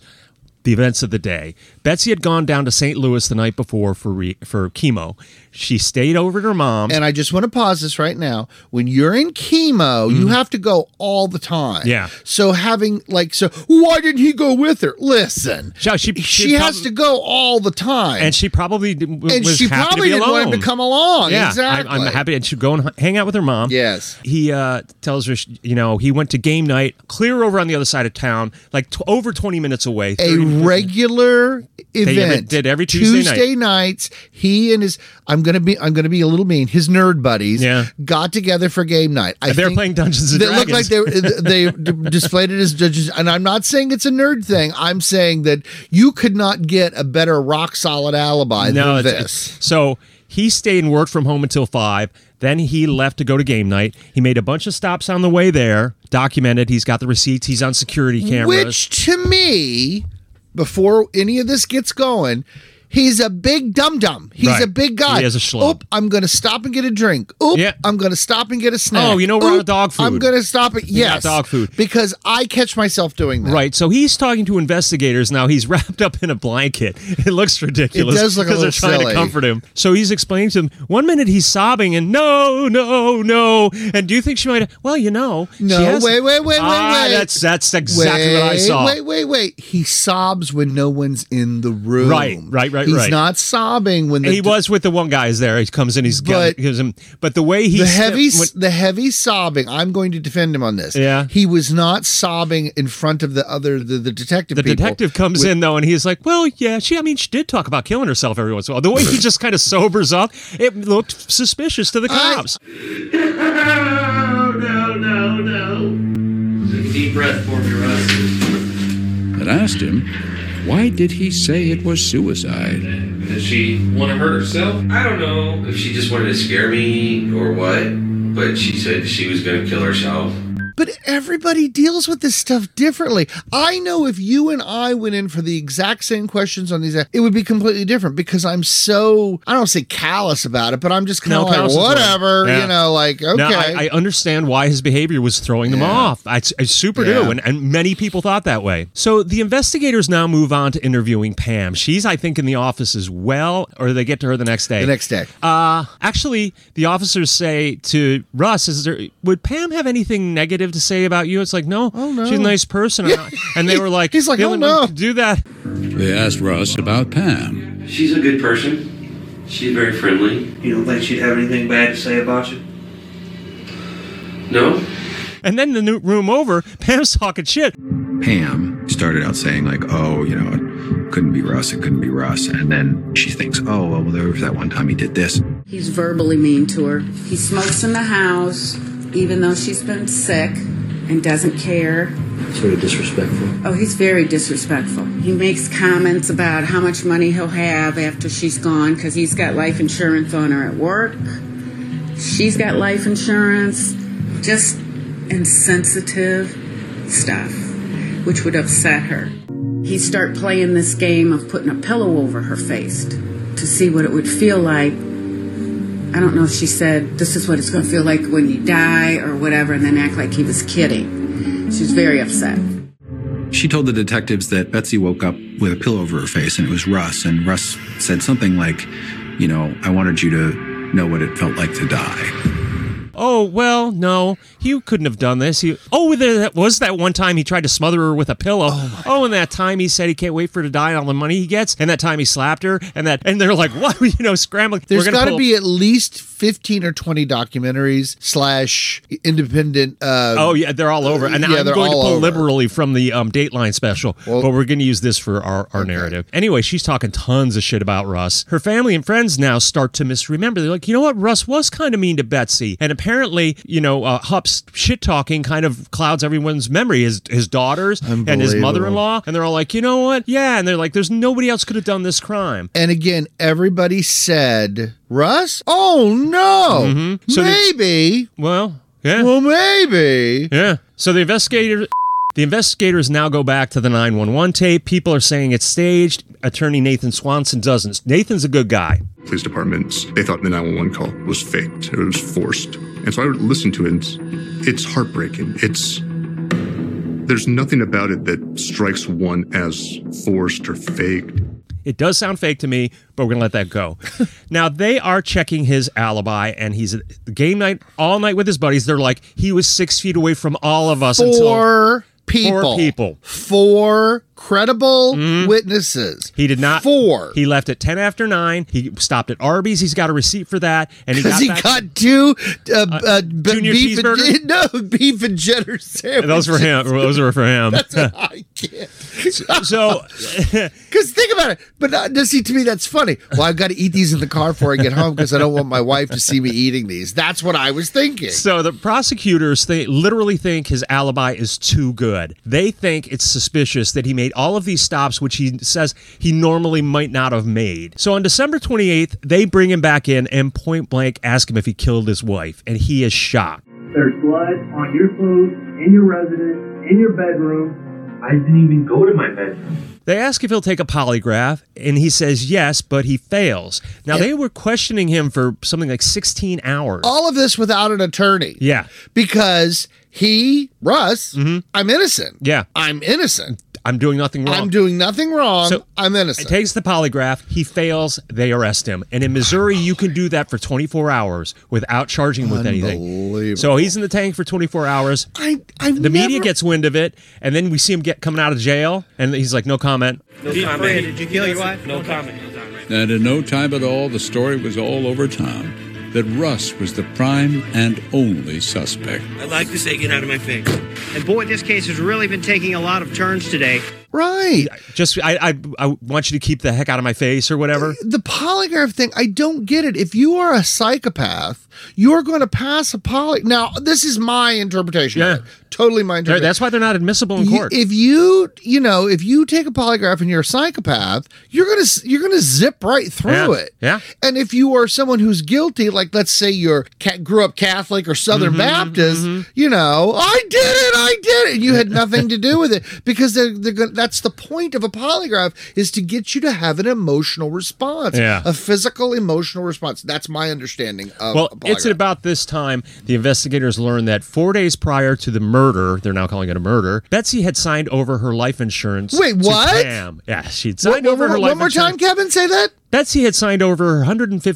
[SPEAKER 4] the events of the day. Betsy had gone down to St. Louis the night before for re, for chemo. She stayed over at her mom's.
[SPEAKER 1] And I just want to pause this right now. When you're in chemo, you have to go all the time.
[SPEAKER 4] Mm-hmm. Yeah.
[SPEAKER 1] So having like so, why didn't he go with her? Listen,
[SPEAKER 4] So she-
[SPEAKER 1] she,
[SPEAKER 4] she
[SPEAKER 1] has
[SPEAKER 4] prob-
[SPEAKER 1] to go all the time,
[SPEAKER 4] and she probably didn't- w-
[SPEAKER 1] And
[SPEAKER 4] was
[SPEAKER 1] she
[SPEAKER 4] happy
[SPEAKER 1] probably
[SPEAKER 4] to be
[SPEAKER 1] didn't want him
[SPEAKER 4] alone.
[SPEAKER 1] to come along.
[SPEAKER 4] Yeah,
[SPEAKER 1] Oh, Exactly.
[SPEAKER 4] I, am happy, and she'd go and h- hang out with her mom.
[SPEAKER 1] Yes.
[SPEAKER 4] he uh, tells her, she- you know, he went to game night clear over on the other side of town, like t- over 20 minutes away.
[SPEAKER 1] a
[SPEAKER 4] 30
[SPEAKER 1] regular
[SPEAKER 4] ev-
[SPEAKER 1] event.
[SPEAKER 4] did every Tuesday night.
[SPEAKER 1] nights. He and his I'm gonna be I'm gonna be a little mean. His nerd buddies
[SPEAKER 4] Yeah.
[SPEAKER 1] got together for game night. I
[SPEAKER 4] They're
[SPEAKER 1] think
[SPEAKER 4] playing Dungeons and
[SPEAKER 1] they
[SPEAKER 4] Dragons.
[SPEAKER 1] looked like they they d- displayed it as judges. And I'm not saying it's a nerd thing. I'm saying that you could not get a better rock solid alibi than
[SPEAKER 4] it's-
[SPEAKER 1] this.
[SPEAKER 4] it's- so he stayed and worked from home until five. Then he left to go to game night. He made a bunch of stops on the way there, documented. He's got the receipts. He's on security cameras.
[SPEAKER 1] Which to me, before any of this gets going, he's a big dum dum. He's
[SPEAKER 4] Right.
[SPEAKER 1] a big guy.
[SPEAKER 4] He is a schlub.
[SPEAKER 1] Oop, I'm going to stop and get a drink. Oop,
[SPEAKER 4] Yeah.
[SPEAKER 1] I'm going to stop and get a snack.
[SPEAKER 4] Oh, you know, we're out of
[SPEAKER 1] Oop,
[SPEAKER 4] dog food.
[SPEAKER 1] I'm going to stop it.
[SPEAKER 4] We got
[SPEAKER 1] Yes,
[SPEAKER 4] dog food.
[SPEAKER 1] because I catch myself doing that.
[SPEAKER 4] Right, so he's talking to investigators now. He's wrapped up in a blanket. It looks ridiculous.
[SPEAKER 1] It does look a
[SPEAKER 4] because they're
[SPEAKER 1] little
[SPEAKER 4] trying
[SPEAKER 1] silly.
[SPEAKER 4] to comfort him. So he's explaining to them. One minute he's sobbing and no, no, no. And do you think she might? Well, you know, she
[SPEAKER 1] No,
[SPEAKER 4] has-
[SPEAKER 1] wait, wait, wait, wait,
[SPEAKER 4] Ah,
[SPEAKER 1] wait.
[SPEAKER 4] That's that's exactly
[SPEAKER 1] wait,
[SPEAKER 4] what I saw.
[SPEAKER 1] Wait, wait, wait. He sobs when no one's in the room.
[SPEAKER 4] Right, right, right,
[SPEAKER 1] He's
[SPEAKER 4] right.
[SPEAKER 1] not sobbing when the
[SPEAKER 4] he was with the one guy is there. He comes in, he's
[SPEAKER 1] But-
[SPEAKER 4] but, gives him. But the way he
[SPEAKER 1] the
[SPEAKER 4] stepped-
[SPEAKER 1] heavy
[SPEAKER 4] when-
[SPEAKER 1] the heavy sobbing i'm going to defend him on this
[SPEAKER 4] Yeah.
[SPEAKER 1] he was not sobbing in front of the other the, the detective
[SPEAKER 4] the
[SPEAKER 1] people.
[SPEAKER 4] detective comes in though, and he's like, "Well, yeah, she. I mean, she did talk about killing herself every once in a while." The way he just kind of sobers up, it looked suspicious to the cops.
[SPEAKER 5] No, no, no, no.
[SPEAKER 11] Deep breath for me, Russ.
[SPEAKER 6] And asked him, why did he say it was suicide?
[SPEAKER 11] Did she want to hurt herself? I don't know if she just wanted to scare me or what, but she said she was going to kill herself.
[SPEAKER 1] But everybody deals with this stuff differently. I know if you and I went in for the exact same questions on these, it would be completely different because I'm so I don't say callous about it, but I'm just kind
[SPEAKER 4] No,
[SPEAKER 1] of like
[SPEAKER 4] Carlson's
[SPEAKER 1] whatever,
[SPEAKER 4] right. Yeah.
[SPEAKER 1] you know, like okay.
[SPEAKER 4] No, I, I understand why his behavior was throwing them
[SPEAKER 1] Yeah.
[SPEAKER 4] off. I, I super
[SPEAKER 1] Yeah.
[SPEAKER 4] do, and, and many people thought that way. So the investigators now move on to interviewing Pam. She's, I think, in the office as well, or they get to her the next day.
[SPEAKER 1] the next day.
[SPEAKER 4] Uh, actually, the officers say to Russ, "Is there would Pam have anything negative to say about you?" It's like, no, oh,
[SPEAKER 1] no.
[SPEAKER 4] she's a nice person,
[SPEAKER 1] Yeah.
[SPEAKER 4] and they were like,
[SPEAKER 1] He's like,
[SPEAKER 4] the
[SPEAKER 1] "Oh,
[SPEAKER 4] only
[SPEAKER 1] no."
[SPEAKER 4] one to do that.
[SPEAKER 12] They asked Russ about Pam.
[SPEAKER 11] She's a good person. She's very friendly. You don't think she'd have anything bad to say about you? No.
[SPEAKER 4] And then the new room over, Pam's talking shit.
[SPEAKER 6] Pam started out saying, like, oh, you know, it couldn't be Russ, it couldn't be Russ. And then she thinks, oh, well, there was that one time he did this.
[SPEAKER 13] He's verbally mean to her. He smokes in the house, even though she's been sick and doesn't care.
[SPEAKER 14] Sort of disrespectful.
[SPEAKER 13] Oh, he's very disrespectful. He makes comments about how much money he'll have after she's gone because he's got life insurance on her at work. She's got life insurance. Just insensitive stuff, which would upset her. He'd start playing this game of putting a pillow over her face to see what it would feel like. I don't know if she said, This is what it's going to feel like when you die or whatever, and then act like he was kidding. She was very upset.
[SPEAKER 6] She told the detectives that Betsy woke up with a pillow over her face and it was Russ. And Russ said something like, you know, I wanted you to know what it felt like to die.
[SPEAKER 4] Oh well, no, he couldn't have done this. He oh, there that was that one time he tried to smother her with a pillow. Oh, and that time he said he can't wait for her to die on all the money he gets, and that time he slapped her, and that and they're like, what, you know, scrambling. We're
[SPEAKER 1] There's
[SPEAKER 4] gonna
[SPEAKER 1] got to
[SPEAKER 4] pull-
[SPEAKER 1] be at least fifteen or twenty documentaries slash independent. Uh,
[SPEAKER 4] Oh yeah, they're all over, and
[SPEAKER 1] yeah,
[SPEAKER 4] I'm
[SPEAKER 1] they're
[SPEAKER 4] going to
[SPEAKER 1] all
[SPEAKER 4] pull
[SPEAKER 1] over.
[SPEAKER 4] liberally from the um, Dateline special, but we're going to use this for our, our narrative. Anyway, she's talking tons of shit about Russ. Her family and friends now start to misremember. They're like, you know what, Russ was kind of mean to Betsy, and apparently, you know, uh, Hup's shit talking kind of clouds everyone's memory. His his daughters and his
[SPEAKER 1] Unbelievable.
[SPEAKER 4] mother-in-law, and they're all like, you know what, yeah, and they're like, there's nobody else could have done this crime.
[SPEAKER 1] And again, everybody said Russ. Oh no,
[SPEAKER 4] Mhm. So the-
[SPEAKER 1] maybe.
[SPEAKER 4] well, yeah.
[SPEAKER 1] Well, maybe.
[SPEAKER 4] Yeah. So the investigator. The investigators now go back to the 911 tape. People are saying it's staged. Attorney Nathan Swanson doesn't. Nathan's a good guy.
[SPEAKER 7] Police departments, they thought the 911 call was faked, it was forced. And so I would listen to it, and it's heartbreaking. It's. There's nothing about it that strikes one as forced or faked.
[SPEAKER 4] It does sound fake to me, but we're going to let that go. now, they are checking his alibi, and he's at game night all night with his buddies. They're like, he was six feet away from all of us until.
[SPEAKER 1] Four people.
[SPEAKER 4] Four people. Hmm?
[SPEAKER 1] Four credible witnesses.
[SPEAKER 4] He did not. Four. He left at 10 after 9. He stopped at Arby's. He's got a receipt for that. And he
[SPEAKER 1] Because
[SPEAKER 4] got,
[SPEAKER 1] he
[SPEAKER 4] back-
[SPEAKER 1] got two uh, uh, b-
[SPEAKER 4] junior
[SPEAKER 1] beef
[SPEAKER 4] cheeseburger?
[SPEAKER 1] and, no beef and cheddar sandwiches.
[SPEAKER 4] Those were him. Those were for him.
[SPEAKER 1] That's what I get.
[SPEAKER 4] So,
[SPEAKER 1] because think about it, but not, to see to me that's funny. Well, I've got to eat these in the car before I get home because I don't want my wife to see me eating these. That's what I was thinking.
[SPEAKER 4] So the prosecutors they literally think his alibi is too good. They think it's suspicious that he made all of these stops which he says he normally might not have made. So on December 28th, they bring him back in and point blank ask him if he killed his wife and he is shocked.
[SPEAKER 15] There's blood on your food, in your residence, in your bedroom. I didn't even go to my bedroom.
[SPEAKER 4] They ask if he'll take a polygraph, and he says yes, but he fails. Now, they were questioning him for something like 16 hours.
[SPEAKER 1] All of this without an attorney.
[SPEAKER 4] Yeah.
[SPEAKER 1] Because he, Russ,
[SPEAKER 4] Mm-hmm.
[SPEAKER 1] I'm innocent.
[SPEAKER 4] Yeah.
[SPEAKER 1] I'm innocent.
[SPEAKER 4] I'm doing nothing wrong.
[SPEAKER 1] I'm doing nothing wrong. Um, I'm innocent.
[SPEAKER 4] It takes the polygraph. He fails. They arrest him. And in Missouri, you can do that for 24 hours without charging him with anything. So he's in the tank for 24 hours.
[SPEAKER 1] I, I
[SPEAKER 4] the media gets wind of it, and then we see him get coming out of jail, and he's like, "No comment."
[SPEAKER 11] No comment. did you kill your wife? No comment.
[SPEAKER 12] And in no time at all, the story was all over town that Russ was the prime and only suspect.
[SPEAKER 16] I like to say, get out of my face. And boy, this case has really been taking a lot of turns today.
[SPEAKER 1] Right.
[SPEAKER 4] Just I, I I want you to keep the heck out of my face or whatever.
[SPEAKER 1] Uh, the polygraph thing, I don't get it. If you are a psychopath, you're going to pass a poly. Now, this is my interpretation. Yeah. totally mind
[SPEAKER 4] They're- that's why they're not admissible in
[SPEAKER 1] Y-
[SPEAKER 4] court.
[SPEAKER 1] If you, you know, if you take a polygraph and you're a psychopath, you're gonna s- you're gonna zip right through
[SPEAKER 4] Yeah,
[SPEAKER 1] it.
[SPEAKER 4] yeah.
[SPEAKER 1] And if you are someone who's guilty, like let's say you're ca- grew up Catholic or Southern
[SPEAKER 4] Mm-hmm.
[SPEAKER 1] Baptist, you know, I did it, I did it, and you had nothing to do with it because they're, they're gonna, that's the point of a polygraph is to get you to have an emotional response,
[SPEAKER 4] Yeah.
[SPEAKER 1] a physical emotional response. That's my understanding of
[SPEAKER 4] well,
[SPEAKER 1] a
[SPEAKER 4] it's
[SPEAKER 1] uh, polygraph.
[SPEAKER 4] at about this time the investigators learned that four days prior to the murder, they're now calling it a murder, Betsy had signed over her life insurance.
[SPEAKER 1] Wait,
[SPEAKER 4] to
[SPEAKER 1] what?
[SPEAKER 4] Pam. Yeah, she'd
[SPEAKER 1] Wha-
[SPEAKER 4] signed
[SPEAKER 1] wha-
[SPEAKER 4] over her
[SPEAKER 1] wha-
[SPEAKER 4] life
[SPEAKER 1] one more
[SPEAKER 4] insurance.
[SPEAKER 1] time, Kevin, say that.
[SPEAKER 4] Betsy had signed over her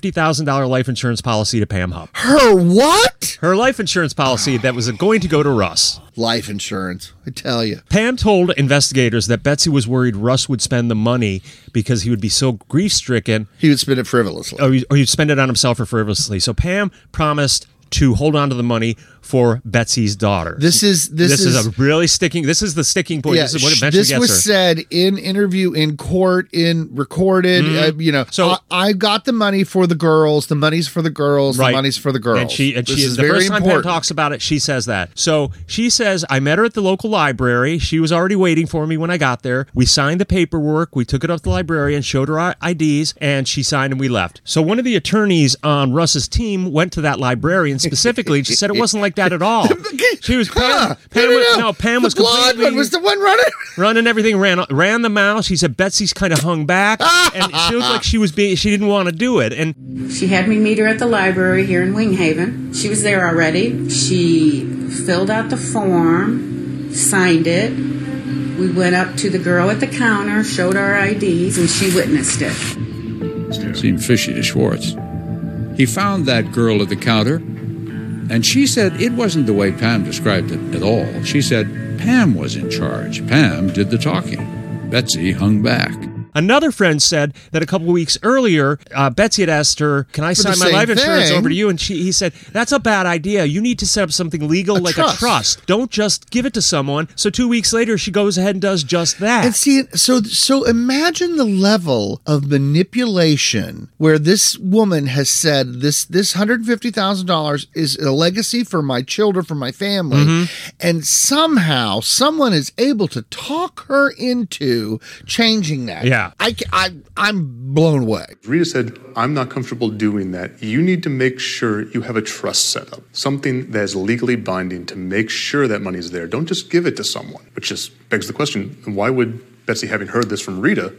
[SPEAKER 4] $150,000 life insurance policy to Pam Hupp.
[SPEAKER 1] Her what?
[SPEAKER 4] Her life insurance policy that was going to go to Russ.
[SPEAKER 1] Life insurance, I tell you.
[SPEAKER 4] Pam told investigators that Betsy was worried Russ would spend the money because he would be so grief stricken.
[SPEAKER 1] He would spend it frivolously.
[SPEAKER 4] Or, he- or he'd spend it on himself or frivolously. So Pam promised to hold on to the money for Betsy's daughter.
[SPEAKER 1] This is- this is-
[SPEAKER 4] a really sticking. This is the sticking point. this is what
[SPEAKER 1] sh-
[SPEAKER 4] eventually
[SPEAKER 1] this
[SPEAKER 4] gets
[SPEAKER 1] was
[SPEAKER 4] her.
[SPEAKER 1] said in interview, in court, in recorded.
[SPEAKER 4] Mhm.
[SPEAKER 1] Uh, you know,
[SPEAKER 4] So-
[SPEAKER 1] so I, I got the money for the girls. The money's for the girls.
[SPEAKER 4] Right.
[SPEAKER 1] The money's for the girls.
[SPEAKER 4] And she and
[SPEAKER 1] this
[SPEAKER 4] she
[SPEAKER 1] is
[SPEAKER 4] the
[SPEAKER 1] very
[SPEAKER 4] first time Pam
[SPEAKER 1] important.
[SPEAKER 4] talks about it, she says that. So she says, I met her at the local library. She was already waiting for me when I got there. We signed the paperwork, we took it up to the librarian, showed her our IDs, and she signed and we left. So one of the attorneys on Russ's team went to that librarian specifically and she said it wasn't like that at all. She was Pam, Pam
[SPEAKER 1] no, no,
[SPEAKER 4] was,
[SPEAKER 1] no.
[SPEAKER 4] no, Pam
[SPEAKER 1] The
[SPEAKER 4] was
[SPEAKER 1] blonde
[SPEAKER 4] completely
[SPEAKER 1] one was the one running.
[SPEAKER 4] running everything ran ran the mouth. She said Betsy's kind of hung back and she looked like she was being she didn't want to do it. And
[SPEAKER 13] She had me meet her at the library here in Winghaven. She was there already. She filled out the form, signed it. We went up to the girl at the counter, showed our IDs, and she witnessed it.
[SPEAKER 12] Seemed fishy to Schwartz. He found that girl at the counter, and she said it wasn't the way Pam described it at all. She said Pam was in charge. Pam did the talking. Betsy hung back.
[SPEAKER 4] Another friend said that a couple of weeks earlier, uh, Betsy had asked her, "Can I
[SPEAKER 12] For the
[SPEAKER 4] sign my
[SPEAKER 12] same
[SPEAKER 4] life insurance
[SPEAKER 12] thing.
[SPEAKER 4] over to you?" And she, he said, "That's a bad idea. You need to set up something legal,
[SPEAKER 1] A
[SPEAKER 4] like a
[SPEAKER 1] trust.
[SPEAKER 4] trust. Don't just give it to someone." So two weeks later, she goes ahead and does just that.
[SPEAKER 1] And see, so so imagine the level of manipulation where this woman has said this this hundred fifty thousand dollars is a legacy for my children, for my family,
[SPEAKER 4] Mm-hmm.
[SPEAKER 1] and somehow someone is able to talk her into changing that.
[SPEAKER 7] Yeah.
[SPEAKER 1] I, ca- I I'm blown away.
[SPEAKER 7] Rita said, I'm not comfortable doing that. You need to make sure you have a trust set up, something that is legally binding to make sure that money's there. Don't just give it to someone, which just begs the question why would Betsy, having heard this from Rita,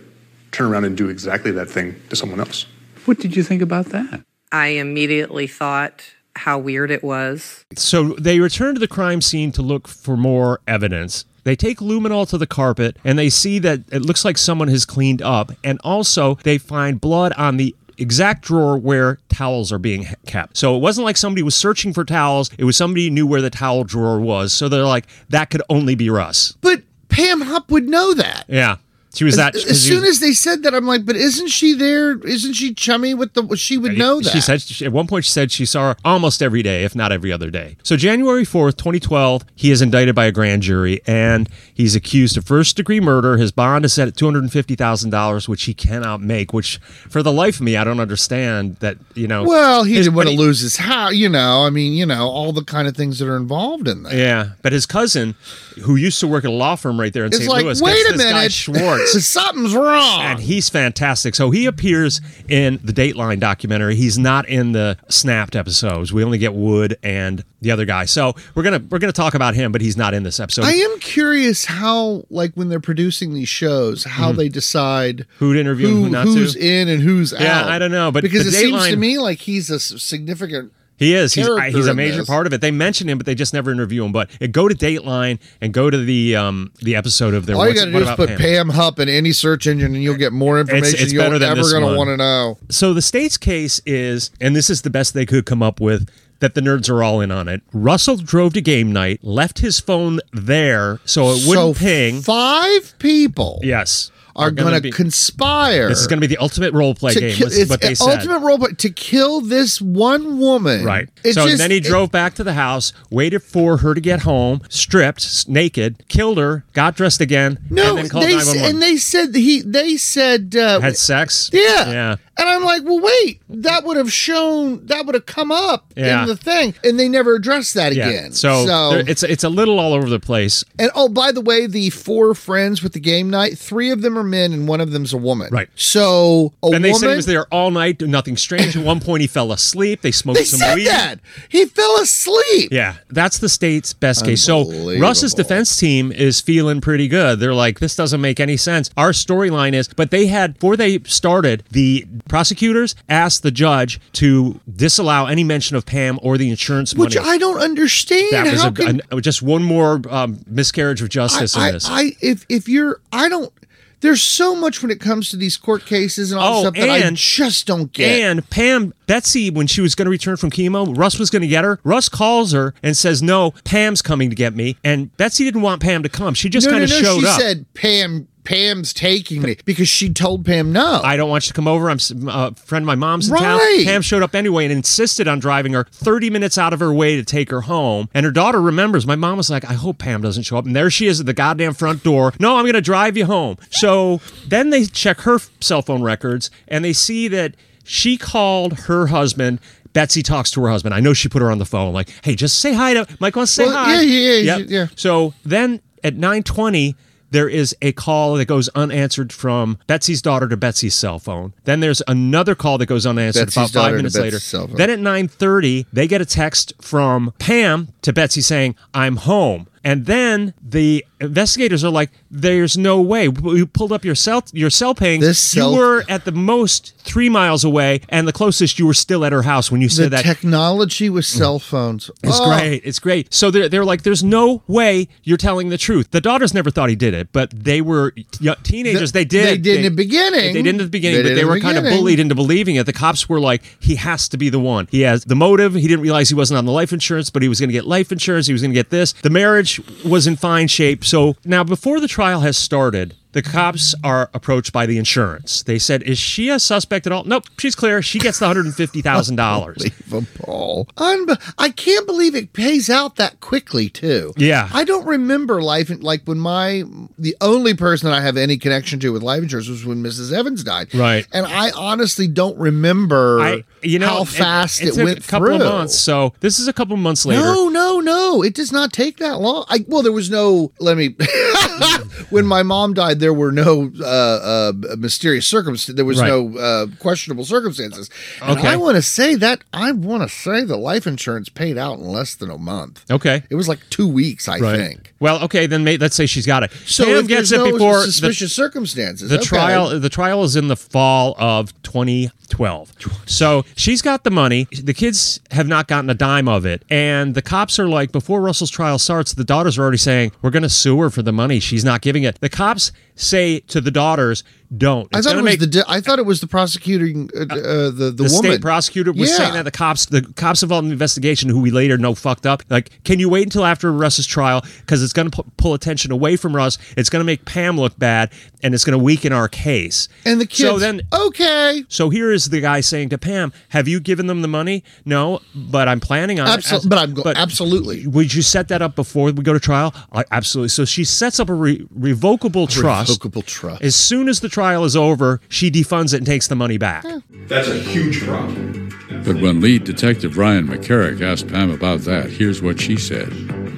[SPEAKER 7] turn around and do exactly that thing to someone else?
[SPEAKER 12] What did you think about that?
[SPEAKER 9] I immediately thought how weird it was.
[SPEAKER 4] So they return to the crime scene to look for more evidence. They take luminol to the carpet and they see that it looks like someone has cleaned up. And also, they find blood on the exact drawer where towels are being he- kept. So it wasn't like somebody was searching for towels, it was somebody who knew where the towel drawer was. So they're like, that could only be Russ.
[SPEAKER 1] But Pam Hupp would know that.
[SPEAKER 4] Yeah. She was
[SPEAKER 1] as,
[SPEAKER 4] that.
[SPEAKER 1] as soon as they said that, I'm like, but isn't she there? Isn't she chummy with the? She would know that.
[SPEAKER 4] She said she, at one point she said she saw her almost every day, if not every other day. So January fourth, twenty twelve, he is indicted by a grand jury and he's accused of first degree murder. His bond is set at two hundred and fifty thousand dollars, which he cannot make. Which for the life of me, I don't understand that. You know,
[SPEAKER 1] Well, he
[SPEAKER 4] his-
[SPEAKER 1] didn't want
[SPEAKER 4] but
[SPEAKER 1] to lose his house. You know, I mean, you know, all the kind of things that are involved in that.
[SPEAKER 4] Yeah, but his cousin, who used to work at a law firm right there in
[SPEAKER 1] It's
[SPEAKER 4] St.
[SPEAKER 1] like,
[SPEAKER 4] Louis,
[SPEAKER 1] wait
[SPEAKER 4] gets
[SPEAKER 1] a
[SPEAKER 4] this guy
[SPEAKER 1] minute,
[SPEAKER 4] Schwartz.
[SPEAKER 1] something's wrong.
[SPEAKER 4] And he's fantastic. So he appears in the Dateline documentary. He's not in the Snapped episodes. We only get Wood and the other guy. So we're gonna we're gonna talk about him, but he's not in this episode.
[SPEAKER 1] I am curious how, like, when they're producing these shows, how
[SPEAKER 4] Mhm.
[SPEAKER 1] they decide
[SPEAKER 4] who to interview and who not to.
[SPEAKER 1] who's in and who's out.
[SPEAKER 4] Yeah, I don't know, but
[SPEAKER 1] because
[SPEAKER 4] the
[SPEAKER 1] it seems to
[SPEAKER 4] Dateline-
[SPEAKER 1] me like he's a s- significant.
[SPEAKER 4] He is. He's,
[SPEAKER 1] character
[SPEAKER 4] he's a
[SPEAKER 1] in
[SPEAKER 4] major
[SPEAKER 1] this.
[SPEAKER 4] part of it. They mention him, but they just never interview him. But uh, go to Dateline and go to the um the episode of their.
[SPEAKER 1] All you
[SPEAKER 4] What's-
[SPEAKER 1] got to
[SPEAKER 4] What
[SPEAKER 1] do is
[SPEAKER 4] About
[SPEAKER 1] put
[SPEAKER 4] Pam?
[SPEAKER 1] Pam? Hupp in any search engine, and you'll get more information
[SPEAKER 4] it's
[SPEAKER 1] you're
[SPEAKER 4] better than
[SPEAKER 1] ever
[SPEAKER 4] this
[SPEAKER 1] going
[SPEAKER 4] one.
[SPEAKER 1] to want to know.
[SPEAKER 4] So the state's case is, and this is the best they could come up with, that the nerds are all in on it. Russell drove to game night, left his phone there so it
[SPEAKER 1] So
[SPEAKER 4] wouldn't ping.
[SPEAKER 1] Five people
[SPEAKER 4] Yes.
[SPEAKER 1] are, going to conspire.
[SPEAKER 4] This is going to be the ultimate role play
[SPEAKER 1] to
[SPEAKER 4] game.
[SPEAKER 1] kill-
[SPEAKER 4] This is
[SPEAKER 1] it's
[SPEAKER 4] what they
[SPEAKER 1] an
[SPEAKER 4] said.
[SPEAKER 1] ultimate role play to kill this one woman.
[SPEAKER 4] Right.
[SPEAKER 1] It's
[SPEAKER 4] so
[SPEAKER 1] just-
[SPEAKER 4] then he
[SPEAKER 1] it-
[SPEAKER 4] drove back to the house, waited for her to get home, stripped, s- naked, killed her, got dressed again,
[SPEAKER 1] No,
[SPEAKER 4] and then called
[SPEAKER 1] they s-
[SPEAKER 4] 911.
[SPEAKER 1] and they said he. They said uh,
[SPEAKER 4] had sex.
[SPEAKER 1] Yeah.
[SPEAKER 4] Yeah.
[SPEAKER 1] And I'm like, well, wait, that would have shown, that would have come up
[SPEAKER 4] Yeah.
[SPEAKER 1] in the thing, and they never addressed that
[SPEAKER 4] Yeah.
[SPEAKER 1] again.
[SPEAKER 4] So, there- it's it's a little all over the place.
[SPEAKER 1] and oh, by the way, the four friends with the game night, three of them are men, and one of them's a woman. Right. So a
[SPEAKER 4] and they
[SPEAKER 1] woman.
[SPEAKER 4] said he was there all night, doing nothing strange. At one point, he fell asleep. They smoked
[SPEAKER 1] They
[SPEAKER 4] some
[SPEAKER 1] said
[SPEAKER 4] weed.
[SPEAKER 1] that he fell asleep.
[SPEAKER 4] Yeah, that's the state's best case. So Russ's defense team is feeling pretty good. They're like, this doesn't make any sense. Our storyline is, but they had before they started, the prosecutors asked the judge to disallow any mention of Pam or the insurance
[SPEAKER 1] Which
[SPEAKER 4] money.
[SPEAKER 1] I don't understand.
[SPEAKER 4] that was
[SPEAKER 1] How
[SPEAKER 4] a,
[SPEAKER 1] can
[SPEAKER 4] an- just one more um, miscarriage of justice
[SPEAKER 1] I,
[SPEAKER 4] in this.
[SPEAKER 1] I if if you're I don't there's so much when it comes to these court cases and all
[SPEAKER 4] Oh,
[SPEAKER 1] that stuff that I
[SPEAKER 4] and-
[SPEAKER 1] just don't get.
[SPEAKER 4] And Pam, Betsy, when she was going to return from chemo, Russ was going to get her. Russ calls her and says, "No, Pam's coming to get me." And Betsy didn't want Pam to come. She just
[SPEAKER 1] no,
[SPEAKER 4] kind
[SPEAKER 1] no,
[SPEAKER 4] of
[SPEAKER 1] no,
[SPEAKER 4] showed
[SPEAKER 1] she
[SPEAKER 4] up.
[SPEAKER 1] said Pam Pam's taking me because she told Pam no.
[SPEAKER 4] I don't want you to come over. I'm s- uh, a friend of my mom's in
[SPEAKER 1] Right.
[SPEAKER 4] town. Pam showed up anyway and insisted on driving her 30 minutes out of her way to take her home. And her daughter remembers. My mom was like, "I hope Pam doesn't show up." And there she is at the goddamn front door. No, I'm going to drive you home. So then they check her f- cell phone records and they see that she called her husband. Betsy talks to her husband. I know she put her on the phone. Like, hey, just say hi to Mike. Wants to say
[SPEAKER 1] Well,
[SPEAKER 4] hi.
[SPEAKER 1] yeah, yeah, yeah,
[SPEAKER 4] Yep. So then at 920, there is a call that goes unanswered from Betsy's daughter to Betsy's cell phone. Then there's another call that goes unanswered about
[SPEAKER 1] Betsy's daughter
[SPEAKER 4] five
[SPEAKER 1] to
[SPEAKER 4] minutes
[SPEAKER 1] Betsy's
[SPEAKER 4] later.
[SPEAKER 1] cell phone.
[SPEAKER 4] Then at 930, they get a text from Pam to Betsy saying, I'm home. And then the investigators are like, "There's no way you pulled up your cell your cell pings.
[SPEAKER 1] cell-
[SPEAKER 4] you were at the most three miles away, and the closest you were still at her house when you
[SPEAKER 1] the
[SPEAKER 4] said that. Mm.
[SPEAKER 1] technology with cell phones.
[SPEAKER 4] It's
[SPEAKER 1] Oh,
[SPEAKER 4] great. It's great. So they're, they're like, there's no way you're telling the truth. The daughters never thought he did it, but they were y- teenagers.
[SPEAKER 1] They-
[SPEAKER 4] they did.
[SPEAKER 1] they did in the beginning.
[SPEAKER 4] They did in the beginning,
[SPEAKER 1] They
[SPEAKER 4] but
[SPEAKER 1] did
[SPEAKER 4] they
[SPEAKER 1] in the
[SPEAKER 4] were kind of
[SPEAKER 1] beginning.
[SPEAKER 4] bullied into believing it. The cops were like, he has to be the one. He has the motive. He didn't realize he wasn't on the life insurance, but he was going to get life insurance. He was going to get this. The marriage was in fine shape. So now, before the trial has started, the cops are approached by the insurance. They said, "Is she a suspect at all?" Nope, she's clear. She gets the hundred and fifty thousand dollars.
[SPEAKER 1] Unbelievable. Unbe- I can't believe it pays out that quickly too.
[SPEAKER 4] Yeah.
[SPEAKER 1] I don't remember life in- like when my the only person that I have any connection to with life insurance was when Mrs. Evans died.
[SPEAKER 4] Right.
[SPEAKER 1] And I honestly don't remember
[SPEAKER 4] I, you know,
[SPEAKER 1] how
[SPEAKER 4] it-
[SPEAKER 1] fast
[SPEAKER 4] it,
[SPEAKER 1] it,
[SPEAKER 4] took
[SPEAKER 1] went
[SPEAKER 4] a couple
[SPEAKER 1] through.
[SPEAKER 4] of months. So this is a couple of months later.
[SPEAKER 1] No, no, no. It does not take that long. I, well, there was no. Let me. when my mom died, there were no uh, uh, mysterious circumstances. There was
[SPEAKER 4] Right.
[SPEAKER 1] no uh, questionable circumstances. And
[SPEAKER 4] Okay.
[SPEAKER 1] I want to say that I want to say the life insurance paid out in less than a month.
[SPEAKER 4] Okay.
[SPEAKER 1] It was like two weeks, I think.
[SPEAKER 4] Well, okay, then may, let's say she's got it.
[SPEAKER 1] So
[SPEAKER 4] Pam
[SPEAKER 1] if
[SPEAKER 4] gets it
[SPEAKER 1] there's no
[SPEAKER 4] before
[SPEAKER 1] suspicious
[SPEAKER 4] the,
[SPEAKER 1] circumstances.
[SPEAKER 4] the
[SPEAKER 1] okay.
[SPEAKER 4] trial. The trial is in the fall of 2012. So she's got the money. The kids have not gotten a dime of it, and the cops are like, before Russell's trial starts, the daughters are already saying, "We're going to sue her for the money. She's not giving it." The cops say to the daughters, "Don't."
[SPEAKER 1] I
[SPEAKER 4] It's
[SPEAKER 1] thought
[SPEAKER 4] gonna
[SPEAKER 1] it was
[SPEAKER 4] make
[SPEAKER 1] the di- I thought it was the prosecuting uh, uh, the the,
[SPEAKER 4] the,
[SPEAKER 1] woman
[SPEAKER 4] state prosecutor was
[SPEAKER 1] Yeah.
[SPEAKER 4] saying that the cops the cops involved in the investigation who we later know fucked up like can you wait until after russ's trial because it's going to pu- pull attention away from russ it's going to make pam look bad and it's going to weaken our case
[SPEAKER 1] and the kids.
[SPEAKER 4] so then
[SPEAKER 1] okay
[SPEAKER 4] so here is the guy saying to pam have you given them the money no but i'm planning on it."
[SPEAKER 1] Absol- but I'm go- absolutely
[SPEAKER 4] would you set that up before we go to trial I, absolutely so she sets up a re- revocable trust
[SPEAKER 1] revocable trust
[SPEAKER 4] as soon as the trial is over she defunds it and takes the money back
[SPEAKER 17] That's a huge problem.
[SPEAKER 12] But when lead detective Ryan McCarrick asked Pam about that, here's what she said.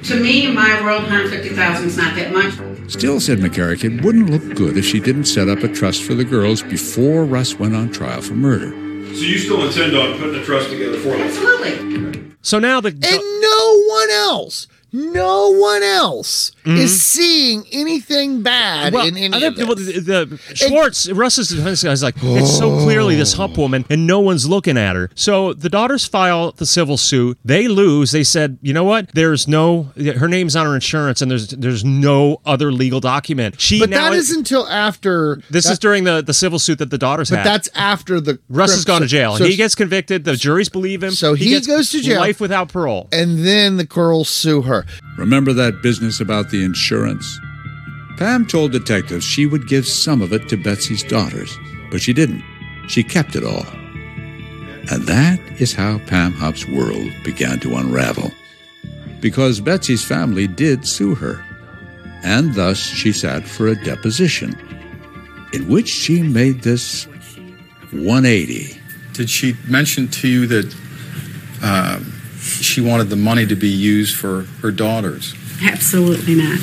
[SPEAKER 13] To me, in my world, 150000 is not that much.
[SPEAKER 12] Still, said McCarrick, it wouldn't look good if she didn't set up a trust for the girls before Russ went on trial for murder.
[SPEAKER 17] So you still intend on putting a trust together for them?
[SPEAKER 13] Absolutely.
[SPEAKER 4] So now the
[SPEAKER 1] and no one else, no one else is seeing anything bad
[SPEAKER 4] Mm-hmm. Well,
[SPEAKER 1] in any
[SPEAKER 4] other
[SPEAKER 1] of
[SPEAKER 4] people,
[SPEAKER 1] this.
[SPEAKER 4] the, the Schwartz, Russ's defense guy's like, it's so clearly this
[SPEAKER 1] Oh.
[SPEAKER 4] hump woman, and no one's looking at her. So the daughters file the civil suit. They lose. They said, you know what? There's no her name's on her insurance, and there's there's no other legal document. She
[SPEAKER 1] but
[SPEAKER 4] now
[SPEAKER 1] that is until after
[SPEAKER 4] This
[SPEAKER 1] is
[SPEAKER 4] is during the, the civil suit that the daughters
[SPEAKER 1] But
[SPEAKER 4] had.
[SPEAKER 1] that's after the
[SPEAKER 4] Russ has gone to jail.
[SPEAKER 1] So-
[SPEAKER 4] he gets convicted. The juries believe him.
[SPEAKER 1] So he
[SPEAKER 4] gets
[SPEAKER 1] goes to jail.
[SPEAKER 4] Life without parole.
[SPEAKER 1] and then the girls sue her.
[SPEAKER 12] Remember that business about the insurance? Pam told detectives she would give some of it to Betsy's daughters, but she didn't. She kept it all. And that is how Pam Hupp's world began to unravel. Because Betsy's family did sue her, and thus she sat for a deposition in which she made this 180.
[SPEAKER 18] Did she mention to you that uh, she wanted the money to be used for her daughters?
[SPEAKER 13] Absolutely not.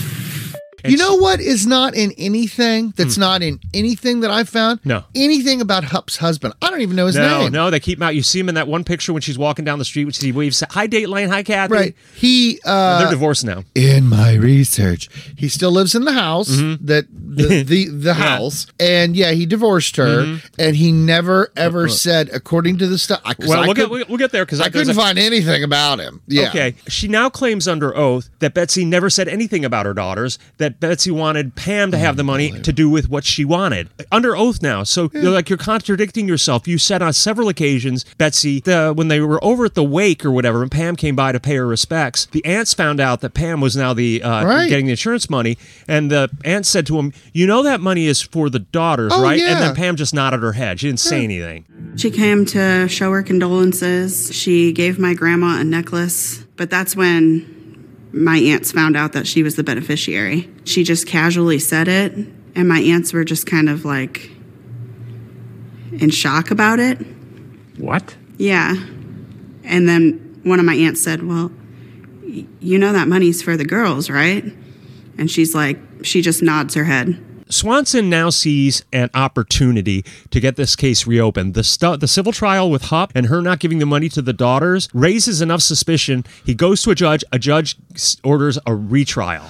[SPEAKER 1] you know what is not in anything that's not in anything that I found?
[SPEAKER 4] Hmm. No.
[SPEAKER 1] Anything about Hup's husband. I don't even know his
[SPEAKER 4] no,
[SPEAKER 1] name.
[SPEAKER 4] no, they keep him out. You see him in that one picture when she's walking down the street, which he waves, "Hi, Dateline. Hi, Kathy."
[SPEAKER 1] Right. He. Uh,
[SPEAKER 4] they're divorced now.
[SPEAKER 1] In my research, he still lives in the house
[SPEAKER 4] Mm-hmm.
[SPEAKER 1] that the the, the house, and yeah, he divorced her,
[SPEAKER 4] Mhm.
[SPEAKER 1] and he never ever
[SPEAKER 4] Uh-uh.
[SPEAKER 1] said according to the stuff. I, 'cause
[SPEAKER 4] Well,
[SPEAKER 1] I
[SPEAKER 4] we'll,
[SPEAKER 1] could,
[SPEAKER 4] get, we'll- we'll get there because
[SPEAKER 1] I couldn't find anything about him. Yeah.
[SPEAKER 4] Okay. She now claims under oath that Betsy never said anything about her daughters, that Betsy wanted Pam to have the money to do with what she wanted. Under oath now. So you're like you're contradicting yourself. You said on several occasions, Betsy, the, when they were over at the wake or whatever, and Pam came by to pay her respects, the aunts found out that Pam was now the uh,
[SPEAKER 1] Right.
[SPEAKER 4] getting the insurance money. And the aunt said to him, You know that money is for the daughters,
[SPEAKER 13] Oh,
[SPEAKER 4] right?
[SPEAKER 13] yeah.
[SPEAKER 4] And then Pam just nodded her head. She didn't say anything.
[SPEAKER 13] She came to show her condolences. She gave my grandma a necklace, but that's when my aunts found out that she was the beneficiary. She just casually said it, and my aunts were just kind of like in shock about it.
[SPEAKER 19] What?
[SPEAKER 13] Yeah. And then one of my aunts said, Well, y- you know that money's for the girls, right? And she's like, She just nods her head.
[SPEAKER 4] Swanson now sees an opportunity to get this case reopened. The stu- the civil trial with Hop and her not giving the money to the daughters raises enough suspicion. He goes to a judge. A judge s- orders a retrial.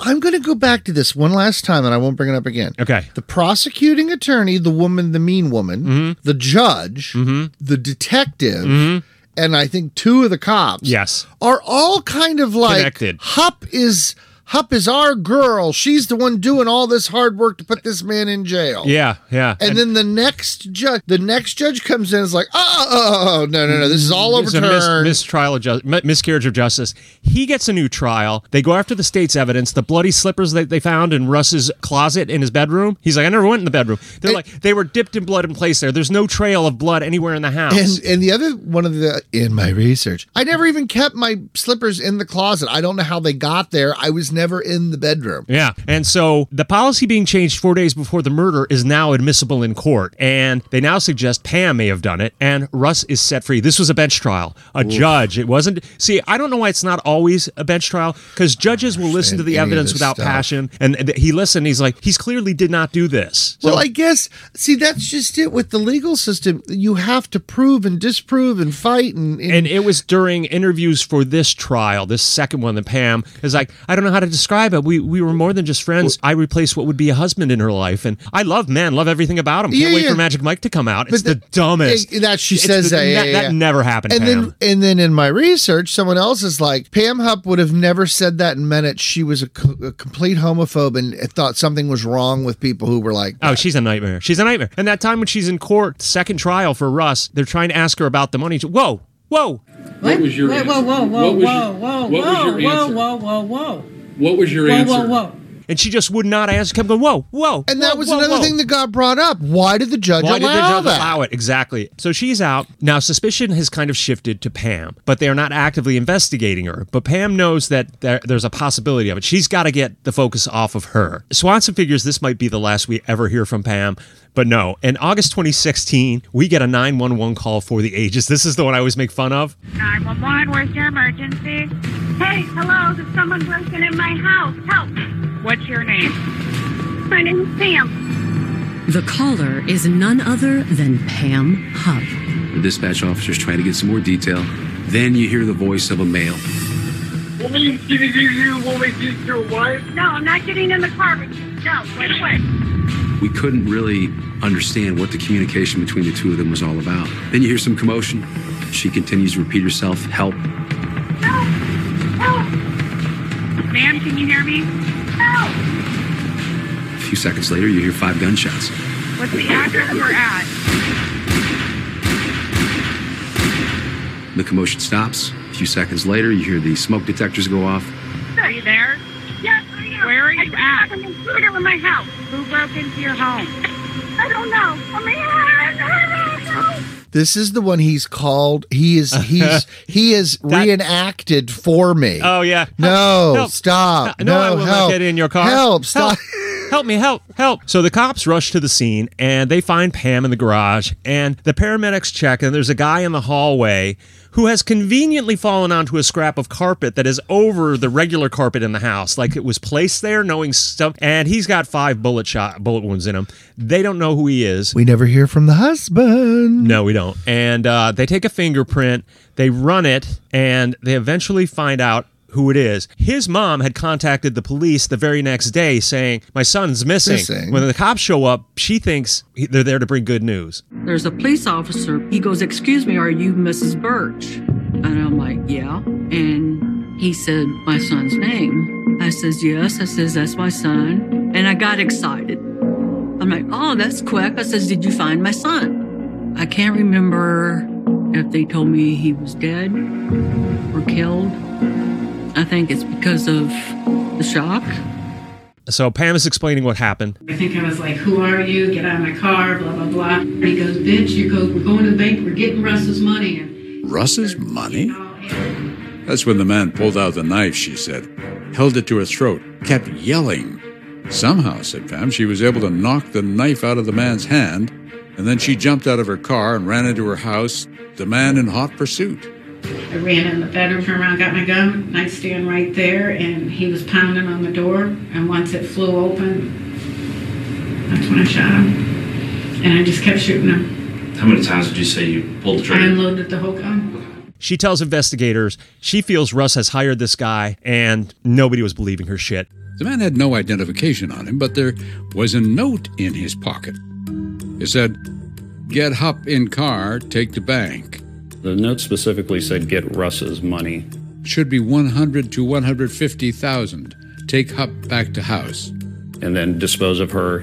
[SPEAKER 1] I'm going to go back to this one last time, and I won't bring it up again.
[SPEAKER 4] Okay.
[SPEAKER 1] The prosecuting attorney, the woman, the mean woman,
[SPEAKER 4] Mm-hmm.
[SPEAKER 1] the judge, the detective, and I think two of the cops.
[SPEAKER 4] Yes.
[SPEAKER 1] Are all kind of like
[SPEAKER 4] Connected.
[SPEAKER 1] Hup is Hup is our girl. She's the one doing all this hard work to put this man in jail.
[SPEAKER 4] Yeah, yeah.
[SPEAKER 1] And, then the next judge, the next judge comes in and is like, oh, oh, oh, no, no, no, this is all
[SPEAKER 4] It's a mis-
[SPEAKER 1] overturned.
[SPEAKER 4] mistrial of ju- mi- miscarriage of justice. He gets a new trial. They go after the state's evidence. The bloody slippers that they found in Russ's closet in his bedroom. He's like, I never went in the bedroom. They're like, they were dipped in blood and placed there. There's no trail of blood anywhere in the house.
[SPEAKER 1] and and the other one of the in my research, I never even kept my slippers in the closet. I don't know how they got there. I was never in the bedroom.
[SPEAKER 4] Yeah. And so the policy being changed four days before the murder is now admissible in court. And they now suggest Pam may have done it. And Russ is set free. This was a bench trial, a
[SPEAKER 20] Oof.
[SPEAKER 4] judge. It wasn't. See, I don't know why it's not always a bench trial because judges will listen to the
[SPEAKER 1] any of
[SPEAKER 4] evidence
[SPEAKER 1] this
[SPEAKER 4] without
[SPEAKER 1] stuff.
[SPEAKER 4] passion. And th- he listened. He's like, he's clearly did not do this. So
[SPEAKER 1] well, I guess see that's just it with the legal system. You have to prove and disprove and fight and, and,
[SPEAKER 4] and it was during interviews for this trial, this second one, that Pam is like, I don't know how to describe it. We we were more than just friends. I replaced what would be a husband in her life, and I love men, love everything about him. Can't
[SPEAKER 1] Yeah,
[SPEAKER 4] wait
[SPEAKER 1] yeah.
[SPEAKER 4] for Magic Mike to come out.
[SPEAKER 1] But
[SPEAKER 4] It's the,
[SPEAKER 1] that-
[SPEAKER 4] dumbest.
[SPEAKER 1] it- that she
[SPEAKER 4] It's
[SPEAKER 1] says
[SPEAKER 4] the-
[SPEAKER 1] that, yeah,
[SPEAKER 4] that,
[SPEAKER 1] yeah,
[SPEAKER 4] that
[SPEAKER 1] yeah.
[SPEAKER 4] never happened.
[SPEAKER 1] and
[SPEAKER 4] Pam.
[SPEAKER 1] then and then in my research, someone else is like Pam Hupp would have never said that and meant it. She was a, co- a complete homophobe and thought something was wrong with people who were like,
[SPEAKER 4] Oh, she's a nightmare. She's a nightmare. And that time when she's in court, second trial for Russ, they're trying to ask her about the money. Whoa, whoa.
[SPEAKER 19] What was your
[SPEAKER 21] Whoa,
[SPEAKER 19] answer?
[SPEAKER 21] whoa, whoa, whoa,
[SPEAKER 19] What was
[SPEAKER 21] whoa,
[SPEAKER 19] your-
[SPEAKER 21] whoa,
[SPEAKER 19] what was your
[SPEAKER 21] whoa, whoa,
[SPEAKER 19] answer?
[SPEAKER 21] whoa, whoa, whoa.
[SPEAKER 19] What was your
[SPEAKER 21] Whoa,
[SPEAKER 19] answer?
[SPEAKER 21] whoa, whoa.
[SPEAKER 4] And she just would not answer. Kept going, whoa, whoa.
[SPEAKER 1] and that was
[SPEAKER 4] whoa,
[SPEAKER 1] another
[SPEAKER 4] whoa.
[SPEAKER 1] thing that got brought up. Why did the judge
[SPEAKER 4] Why did the
[SPEAKER 1] allow
[SPEAKER 4] judge
[SPEAKER 1] that?
[SPEAKER 4] allow it? Exactly. So she's out. Now, suspicion has kind of shifted to Pam, but they are not actively investigating her. But Pam knows that there, there's a possibility of it. She's got to get the focus off of her. Swanson figures this might be the last we ever hear from Pam. But no, in August 2016, we get a 911 call for the ages. This is the one I always make fun of.
[SPEAKER 2] 911, where's your emergency? Hey, hello, there's someone broken in my house. Help! What's your name? My name's Sam.
[SPEAKER 10] The caller is none other than Pam Hupp.
[SPEAKER 6] The dispatch officers try to get some more detail. Then you hear the voice of a male.
[SPEAKER 2] Woman, did you, you woman, did your wife? No, I'm not getting in the car with you. No, wait away.
[SPEAKER 6] We couldn't really understand what the communication between the two of them was all about. Then you hear some commotion. She continues to repeat herself, help.
[SPEAKER 2] Ma'am, can you hear me? No!
[SPEAKER 6] A few seconds later, you hear five gunshots.
[SPEAKER 2] What's the address we're at?
[SPEAKER 6] The commotion stops. A few seconds later, you hear the smoke detectors go off.
[SPEAKER 2] Are you there? Yes, I am. Where are you ass. I'm in theater in my house. Who broke into your home? I don't know. I'm here.
[SPEAKER 1] This is the one he's called. He is he's he is reenacted for me.
[SPEAKER 4] Oh yeah.
[SPEAKER 1] No,
[SPEAKER 4] Help.
[SPEAKER 1] stop.
[SPEAKER 4] No, I will
[SPEAKER 1] help.
[SPEAKER 4] not get in your car.
[SPEAKER 1] Help! Stop.
[SPEAKER 4] Help. Help me, help, help. So the cops rush to the scene and they find Pam in the garage and the paramedics check and there's a guy in the hallway who has conveniently fallen onto a scrap of carpet that is over the regular carpet in the house like it was placed there knowing stuff and he's got five bullet shot bullet wounds in him. They don't know who he is.
[SPEAKER 1] We never hear from the husband.
[SPEAKER 4] No, we don't. And uh, they take a fingerprint, they run it, and they eventually find out who it is. His mom had contacted the police the very next day saying, My son's missing.
[SPEAKER 1] Missing.
[SPEAKER 4] When the cops show up, she thinks he- they're there to bring good news.
[SPEAKER 20] There's a police officer. He goes, Excuse me, are you Mrs. Birch? And I'm like, Yeah. And he said, My son's name. I says, Yes. I says, That's my son. And I got excited. I'm like, Oh, that's quick. I says, Did you find my son? I can't remember if they told me he was dead or killed. I think it's because of the shock.
[SPEAKER 4] So Pam is explaining what happened.
[SPEAKER 13] I think I was like, "Who are you? Get out of my car!" Blah blah blah. And he goes, "Bitch, you go. We're going to the bank. We're getting Russ's money." And
[SPEAKER 12] Russ's money? That's when the man pulled out the knife, she said, held it to her throat, kept yelling. Somehow, said Pam, she was able to knock the knife out of the man's hand, and then she jumped out of her car and ran into her house, the man in hot pursuit.
[SPEAKER 13] I ran in the bedroom, turned around, got my gun, nightstand right there, and he was pounding on the door. And once it flew open, that's when I shot him. And I just kept shooting him.
[SPEAKER 11] How many times did you say you pulled the
[SPEAKER 13] I
[SPEAKER 11] trigger?
[SPEAKER 13] unloaded the whole gun.
[SPEAKER 4] She tells investigators she feels Russ has hired this guy, and nobody was believing her shit.
[SPEAKER 12] The man had no identification on him, but there was a note in his pocket. It said, Get up in car, take to bank.
[SPEAKER 21] The note specifically said get Russ's money.
[SPEAKER 12] Should be 100 to 150,000. Take Hup back to house.
[SPEAKER 21] And then dispose of her.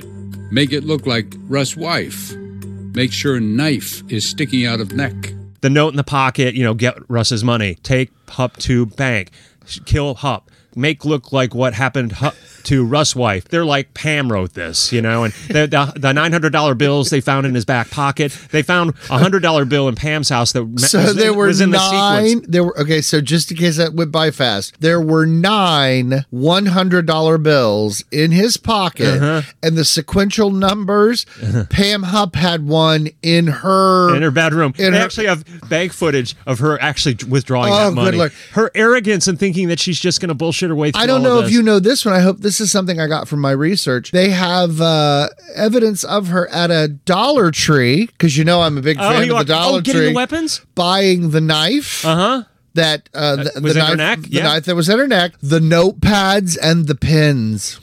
[SPEAKER 12] Make it look like Russ' wife. Make sure knife is sticking out of neck.
[SPEAKER 4] The note in the pocket, you know, get Russ's money. Take Hup to bank. Sh- Kill Hup. Make look like what happened Hup to Russ' wife. They're like Pam wrote this, you know, and the, the, the $900 bills they found in his back pocket. They found a $100 bill in Pam's house that ma-
[SPEAKER 1] So
[SPEAKER 4] was,
[SPEAKER 1] there were
[SPEAKER 4] was in the sequence.
[SPEAKER 1] nine. There were okay. So just in case that went by fast, there were nine one hundred dollar bills in his pocket,
[SPEAKER 4] Uh-huh.
[SPEAKER 1] and the sequential numbers. Pam Hupp had one in her
[SPEAKER 4] in her bedroom.
[SPEAKER 1] er in
[SPEAKER 4] they
[SPEAKER 1] her-
[SPEAKER 4] actually have bank footage of her actually withdrawing
[SPEAKER 1] Oh,
[SPEAKER 4] that
[SPEAKER 1] good
[SPEAKER 4] money.
[SPEAKER 1] lord.
[SPEAKER 4] Her arrogance and thinking that she's just going to bullshit her way through
[SPEAKER 1] I don't
[SPEAKER 4] all
[SPEAKER 1] know
[SPEAKER 4] of
[SPEAKER 1] if
[SPEAKER 4] this.
[SPEAKER 1] you know this one. I hope this is something I got from my research. They have uh, evidence of her at a Dollar Tree because you know I'm a big
[SPEAKER 4] Oh,
[SPEAKER 1] fan
[SPEAKER 4] you
[SPEAKER 1] of
[SPEAKER 4] are-
[SPEAKER 1] the Dollar
[SPEAKER 4] oh,
[SPEAKER 1] Tree.
[SPEAKER 4] getting the weapons?
[SPEAKER 1] buying the knife. Uh
[SPEAKER 4] huh.
[SPEAKER 1] That uh, the,
[SPEAKER 4] was in
[SPEAKER 1] the knife,
[SPEAKER 4] her neck?
[SPEAKER 1] the
[SPEAKER 4] Yeah.
[SPEAKER 1] knife that was in her neck, the notepads and the pins.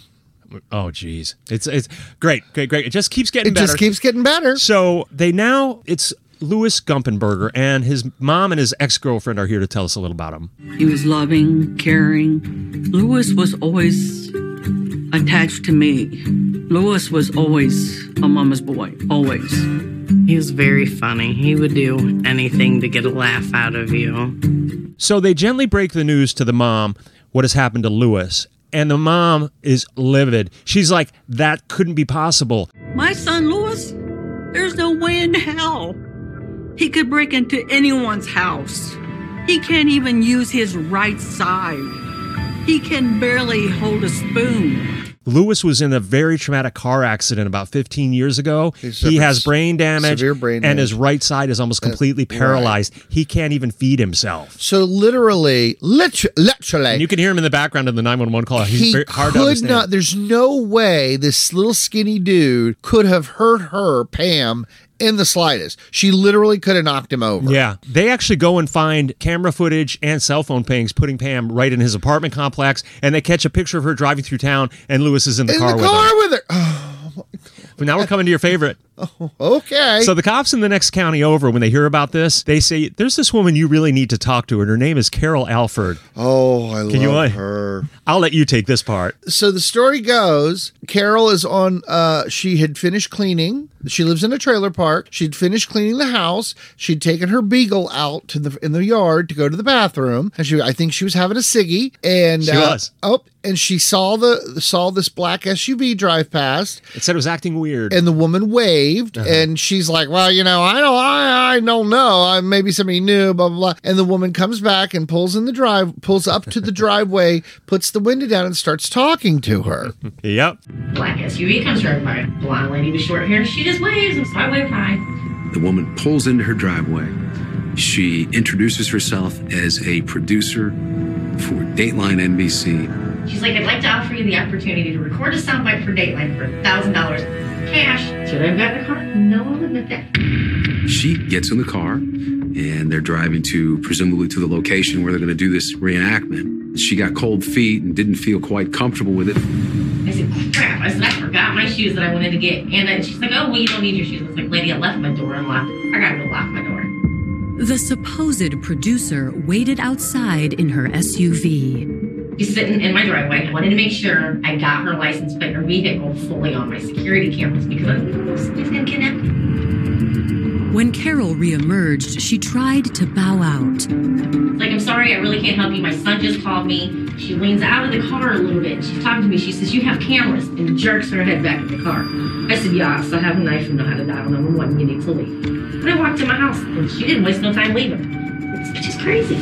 [SPEAKER 4] Oh, geez, it's it's great, great, great. It just keeps getting
[SPEAKER 1] It
[SPEAKER 4] better.
[SPEAKER 1] just keeps getting better.
[SPEAKER 4] So they now it's Louis Gumpenberger and his mom and his ex girlfriend are here to tell us a little about him.
[SPEAKER 20] He was loving, caring. Lewis was always attached to me. Lewis was always a mama's boy, always.
[SPEAKER 22] He was very funny. He would do anything to get a laugh out of you.
[SPEAKER 4] So they gently break the news to the mom what has happened to Louis, and the mom is livid. She's like, "That couldn't be possible."
[SPEAKER 20] My son Lewis, there's no way in hell he could break into anyone's house. He can't even use his right side. He can barely hold a spoon.
[SPEAKER 4] Lewis was in a very traumatic car accident about 15 years ago. He
[SPEAKER 1] suffered
[SPEAKER 4] has
[SPEAKER 1] s-
[SPEAKER 4] brain damage,
[SPEAKER 1] severe brain
[SPEAKER 4] and his
[SPEAKER 1] damage.
[SPEAKER 4] right side is almost completely paralyzed. He can't even feed himself.
[SPEAKER 1] So literally, literally, literally
[SPEAKER 4] And you can hear him in the background in the 911 call. He's
[SPEAKER 1] he
[SPEAKER 4] very hard to
[SPEAKER 1] could
[SPEAKER 4] understand.
[SPEAKER 1] not. There's no way this little skinny dude could have hurt her, Pam, in the slightest. She literally could have knocked him over.
[SPEAKER 4] Yeah, they actually go and find camera footage and cell phone pings, putting Pam right in his apartment complex, and they catch a picture of her driving through town, and Lewis is in the
[SPEAKER 1] in
[SPEAKER 4] car
[SPEAKER 1] the
[SPEAKER 4] with her.
[SPEAKER 1] car with her. Oh,
[SPEAKER 4] But now we're coming to your favorite.
[SPEAKER 1] Okay.
[SPEAKER 4] So the cops in the next county over, when they hear about this, they say, "There's this woman you really need to talk to, and her name is Carol Alford."
[SPEAKER 1] Oh, I love
[SPEAKER 4] her. I'll let you take this part.
[SPEAKER 1] so the story goes carol is on uh she had finished cleaning she lives in a trailer park she'd finished cleaning the house she'd taken her beagle out to the in the yard to go to the bathroom and she i think she was having a ciggy and
[SPEAKER 4] She was.
[SPEAKER 1] oh and she saw the saw this black suv drive past
[SPEAKER 4] It said it was acting weird. Uh-huh.
[SPEAKER 1] and the woman waved, and she's like, "Well, you know, I don't, I, I don't know. I, maybe somebody knew." Blah, blah blah. And the woman comes back and pulls in the drive, pulls up to the driveway, puts the window down, and starts talking to her.
[SPEAKER 4] yep.
[SPEAKER 3] Black SUV comes right by. Blonde lady with short hair. She just waves, and so I wave hi.
[SPEAKER 6] The woman pulls into her driveway. She introduces herself as a producer for Dateline NBC.
[SPEAKER 3] She's like, I'd like to offer you the opportunity to record a soundbite for Dateline for $1,000 cash. Should I have gotten a car? No, I'll admit that.
[SPEAKER 6] She gets in the car and they're driving to, presumably, to the location where they're going to do this reenactment. She got cold feet and didn't feel quite comfortable with it.
[SPEAKER 3] I said, crap. I said, I forgot my shoes that I wanted to get. And uh, she's like, oh, well, you don't need your shoes. I was like, lady, I left my door unlocked. I gotta go lock my door.
[SPEAKER 10] The supposed producer waited outside in her SUV.
[SPEAKER 3] She's sitting in my driveway. I wanted to make sure I got her license plate or vehicle fully on my security cameras because I was gonna kidnap me.
[SPEAKER 10] When Carol reemerged, she tried to bow out.
[SPEAKER 3] It's like, I'm sorry, I really can't help you. My son just called me. She leans out of the car a little bit. She's talking to me. She says, You have cameras, and jerks her head back in the car. I said, Yes, I have a knife and know how to dial 911. You need to leave. But I walked to my house, and she didn't waste no time leaving. It's just crazy.